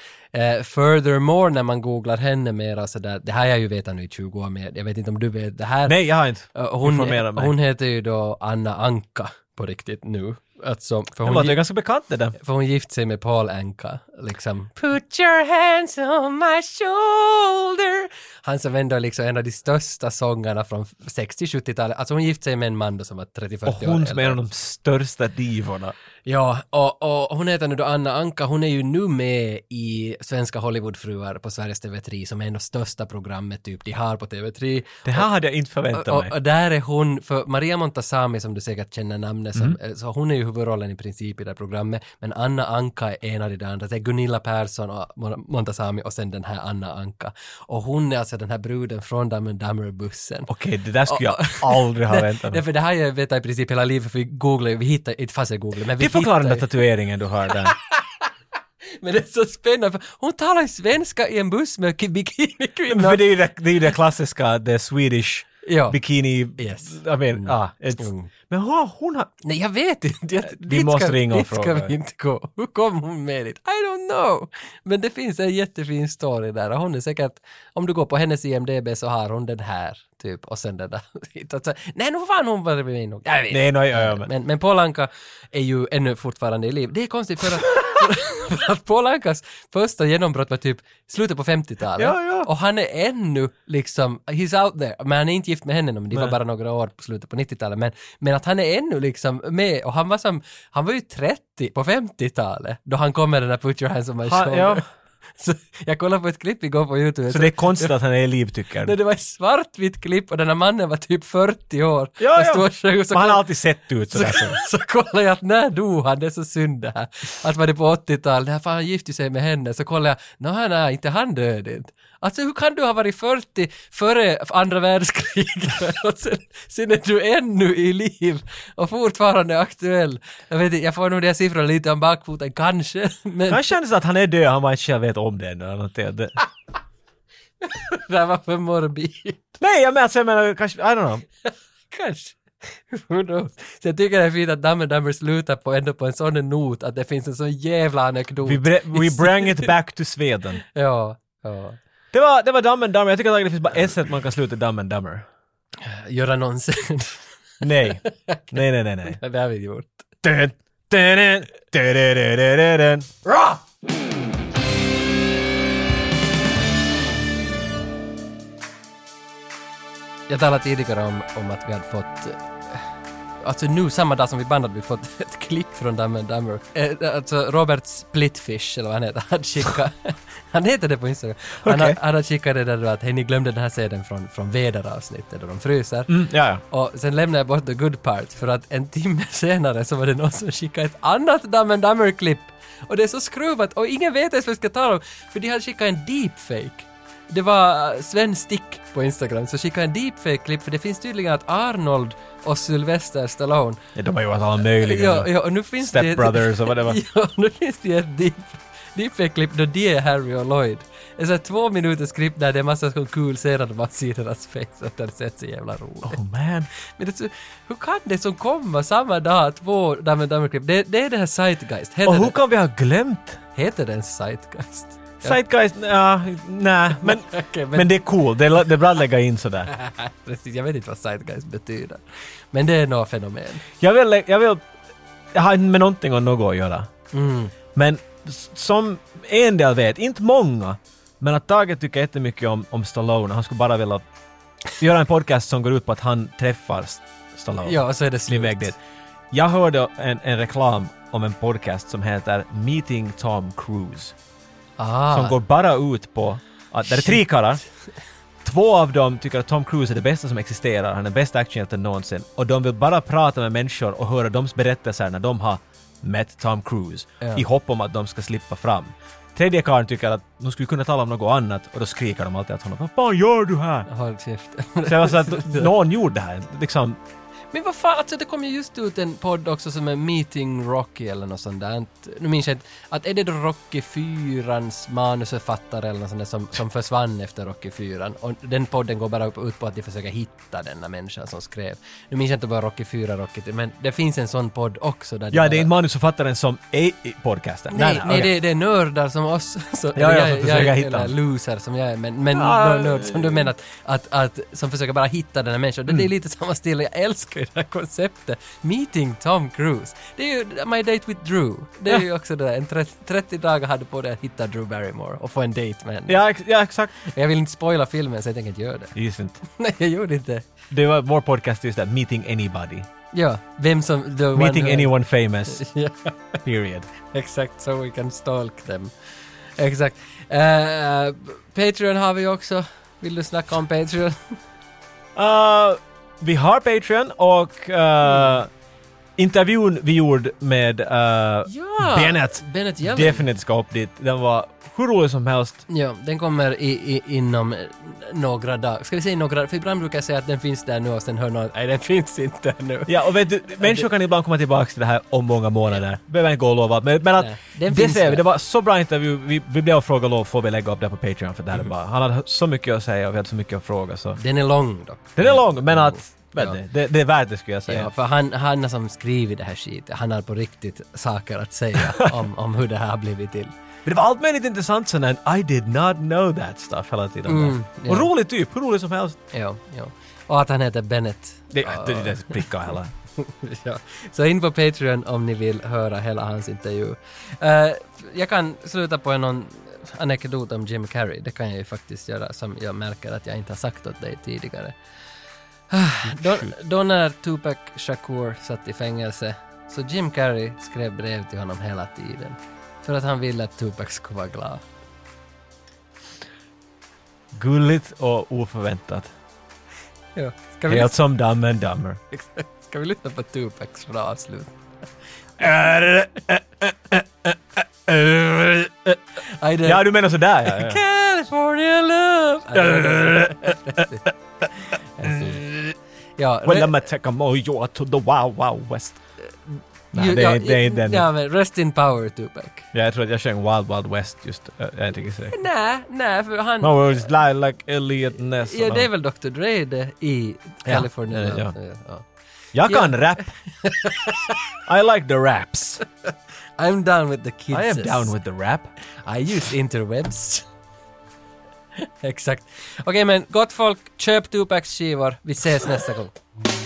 Eh, furthermore, när man googlar henne mera så där, det här har jag ju vetat nu i 20 år, men jag vet inte om du vet det här.
Nej, jag har inte.
Eh, Hon,
Informera mig.
hon heter ju då Anna Anka på riktigt nu. Alltså, för,
Det
hon,
låter ju
gi-
ganska bekant det där.
för hon gifte sig med Paul Anka, liksom.
Put your hands on my shoulder.
Han som ändå är liksom en av de största sångarna från 60-70-talet. Alltså hon gifte sig med en man då som var 30-40
Och
år
hon som är en
äldre.
av de största divorna.
Ja, och, och hon heter nu då Anna Anka. Hon är ju nu med i Svenska Hollywoodfruar på Sveriges TV3 som är en av största programmet typ de har på TV3.
Det här hade jag inte förväntat
och,
mig.
och där är hon, för Maria Montazami som du säkert känner namnet, som,
Mm.
eh, så hon är ju huvudrollen i princip i det här programmet, men Anna Anka är en av de där andra, det är Gunilla Persson och Mon- Montazami och sen den här Anna Anka. Och hon är alltså den här bruden från Dumb and Dumber-bussen.
Okej, det där skulle jag aldrig ha väntat mig.
Därför det här har jag vetat i princip hela livet, för vi googlar ju, vi hittar, inte fast jag googlar, men vi
Det förklarar den
hittar ju-
där tatueringen du har där.
Men det är så spännande, för hon talar ju svenska i en buss med ki- bikinikvinnor.
För det är ju det, det, är ju det klassiska, det Swedish
Ja.
bikini...
Yes. Mm.
I mean, ah, it's, Men hon, hon har...
Nej, jag vet inte. Jag,
Vi
dit
måste
ska,
ringa och
dit ska
fråga.
vi inte gå. Hur kom hon med dit? I don't know. Men det finns en jättefin story där och hon är säkert, om du går på hennes IMDB så har hon den här typ och sen den där. Alltså, Nej, nu får fan hon vara med nog. Jag vet.
Nej, nej, ja, ja, men-
Men, men Polanka är ju ännu fortfarande i liv. Det är konstigt för att, för, för att Polankas första genombrott var typ slutet på 50-talet.
Ja, ja.
Och han är ännu liksom, he's out there. Men han är inte gift med henne nu, men det var
Nej.
bara några år på slutet på 90-talet. Men, men att han är ännu liksom med och han var som, han var ju 30 på 50-talet då han kom med den där Put your hands on my
Ha-
shoulder.
ja.
Så jag kollade på ett klipp igår på YouTube.
Så det är konstigt att han är i liv, tycker
Nej,
du.
det var ett svartvitt klipp och den här mannen var typ 40 år.
Ja,
Och
ja.
stod och sjöng och så
Men han har
koll-
alltid sett ut sådär.
så, så
Så.
kollade jag att när dog han? Det är så synd det här. Att var det på 80-talet, det här fan han gifte sig med henne. Så kollade jag, nej nej, inte han död inte. Alltså hur kan du ha varit 40 före andra världskriget och sen, sen är du ännu i liv och fortfarande aktuell? Jag vet inte, jag får nog de här siffrorna lite om bakfoten, kanske. Men
Han kändes att han är död, han bara inte själv vet om det ännu. eller någonting. Det-
det här var för morbid.
Nej, jag menar, alltså, jag menar kanske, I don't know.
Kanske. Who knows? Så jag tycker det är fint att Dumb and Dumber slutar på, ändå på en sån not att det finns en sån jävla anekdot.
We, br- we bring it back to Sweden.
Ja, ja.
Det var, det var Dumb and Dumber. Jag tycker att det finns bara ett sätt man kan sluta Dumb and Dumber.
Göra nonsens.
Nej. Nej, nej, nej, nej.
det har vi gjort.
Dun, dun, dun, dun, dun, dun, dun, dun. Ra!
jag talade tidigare om, om att vi hade fått eh, Alltså nu, samma dag som vi bandade, vi fått ett klipp från Dumb and Dumber. Eh, Alltså Robert Splitfish, eller vad han heter, han skickade... han heter det på Instagram. Han,
Okej.
har- han har skickat det där då att hej, ni glömde den här scenen från, från väderavsnittet där de fryser.
Mm, ja, ja.
Och sen lämnade jag bort the good part för att en timme senare så var det någon som skickade ett annat Dumb and Dumber-klipp. Och det är så skruvat och ingen vet ens vad jag ska tala om. För de hade skickat en deepfake. Det var eh, Sven Stick på Instagram som skickade en deepfake-klipp för det finns tydligen att Arnold och Sylvester Stallone
Ja, de har gjort alla möjliga.
Ja, ja, och nu finns det...
Step Brothers och vad det var.
ja, nu finns det ett deep, deepfake-klipp då de är Harry och Lloyd. Ett sånt här två minuters klipp där det är massa så kul scener där man ser deras face och det ser så jävla roligt. Oh
man.
Men det, är så- hur kan det som komma samma dag, två Dumb Dumber-klipp? Det, det är det här Zeitgeist. Heter
Och hur
det-
kan vi ha glömt?
Heter den Zeitgeist? Ja.
Zeitgeist, ja, nej, men,
Okej, men-
men... det är cool. Det är, det är bra att lägga in sådär.
Precis, jag vet inte vad Zeitgeist betyder. Men det är något fenomen.
Jag vill, lä- jag vill... Jag har inte med någonting om något att göra. Men s- som en del vet, inte många, men att Tage tycker jättemycket om, om Stallone. Han skulle bara vilja göra en podcast som går ut på att han träffar S- Stallone.
Ja, och så är det slut.
Iväg dit. Jag hörde en, en reklam om en podcast som heter Meeting Tom Cruise.
Ah.
Som går bara ut på att det är tre
Shit.
karlar. Två av dem tycker att Tom Cruise är det bästa som existerar, han är bästa actionhjälten någonsin. Och de vill bara prata med människor och höra deras berättelser när de har mätt Tom Cruise.
Ja.
I hopp om att de ska slippa fram. Tredje karln tycker att nu skulle vi kunna tala om något annat och då skriker de alltid åt honom. Vad fan gör du här?
Håll käften.
Så jag var så att någon gjorde det här. Liksom,
Men vad fan, alltså det kom ju just ut en podd också som är Meeting Rocky eller något sånt där. Nu minns jag inte. Att är det då Rocky 4ans manusförfattare eller något sånt där som, som försvann efter Rocky 4 Och den podden går bara upp- ut på att de försöker hitta denna människan som skrev. Nu minns jag inte bara Rocky 4, Rocky 3, men det finns en sån podd också där
ja,
bara-
det är inte manusförfattaren som är i podcasten.
Nej, nej,
okej.
det, det är nördar som oss. Så,
Ja, ja, som
jag,
försöker
jag,
hitta.
eller loser som jag är, men, men
Ah.
nörd- nörd som du menar, att, att, att, som försöker bara hitta den här människan.
Mm.
Det, det är lite samma stil, jag älskar ju det här konceptet. Meeting Tom Cruise. Det är ju My Date with Drew. Det är ju också det där, en 30, 30 dagar hade på dig att hitta Drew Barrymore och få en date med henne.
Ja, ex- ja, exakt.
Jag vill inte spoila filmen så jag tänker inte göra det.
Just inte.
Nej, jag gjorde inte.
Det var vår podcast just där, Meeting Anybody.
Ja, vem som... the one
Meeting
who-
anyone famous.
Ja.
Period.
Exakt, so we can stalk them. Exakt. Eh, Patreon har vi också. Vill du snacka om Patreon?
Uh, vi har Patreon och uh, intervjun vi gjorde med uh, Bennett.
Bennett Yellen.
Definitivt ska upp dit. Den var hur rolig som helst.
Ja, den kommer i, i, inom eh, några dagar. Ska vi säga några? För ibland brukar jag säga att den finns där nu och sen hör någon nej den finns inte nu.
Ja, och vet du, människor kan ibland komma tillbaka till det här om många månader. Behöver inte gå och lova. Men, men att
Nej, den
det
finns
ser vi.
där.
Det var så bra intervju. Vi, vi blev och frågade lov, får vi lägga upp det här på Patreon? För det här
Mm.
är bara, han hade så mycket att säga och vi hade så mycket att fråga. Så.
Den är lång dock.
Den är lång, men att vet
Ja.
ni, det, det är värt det skulle jag säga.
Ja, för han, han som skrivit det här skiten, han har på riktigt saker att säga om, om hur det här har blivit till.
Men det var allt möjligt intressant sån här I did not know that stuff hela tiden.
Mm,
och
ja.
rolig typ, hur rolig som helst.
Ja, ja. Och att han heter Bennett.
Det, det, det, det prickar heller.
ja. Så in på Patreon om ni vill höra hela hans intervju. Eh, jag kan sluta på en någon anekdot om Jim Carrey. Det kan jag ju faktiskt göra som jag märker att jag inte har sagt åt dig tidigare. Ah, Då, då när Tupac Shakur satt i fängelse så Jim Carrey skrev brev till honom hela tiden. För att han ville att Tupac skulle vara glad.
Gulligt och oförväntat.
Ja. Ska vi,
Helt som Dumb and Dumber.
lyssna, ska vi lyssna på Tupacs bra avslut?
Äh,
I did-
Ja, du menar sådär ja. ja.
California love! Ja,
Well,
re-
I'ma take 'em all you to the wild, wild west. Nej,
ju-
det
ja,
är det är inte den.
Ja,
Ja,
men rest in power Tupac.
jag tror att jag sjöng Wild, wild west just. äh, Jag tänker säga.
Nej, nej, för han...
My words lie like Elliot Ness.
Ja, det är väl Dr. Dre det i
Ja,
California
ja, ja.
Love. Ja.
Jag kan rap. I like the raps.
I'm down with the kids.
I am down with the rap.
I use interwebs. Exakt. Okej men gott folk, köp Tupacs skivor. Vi ses nästa gång.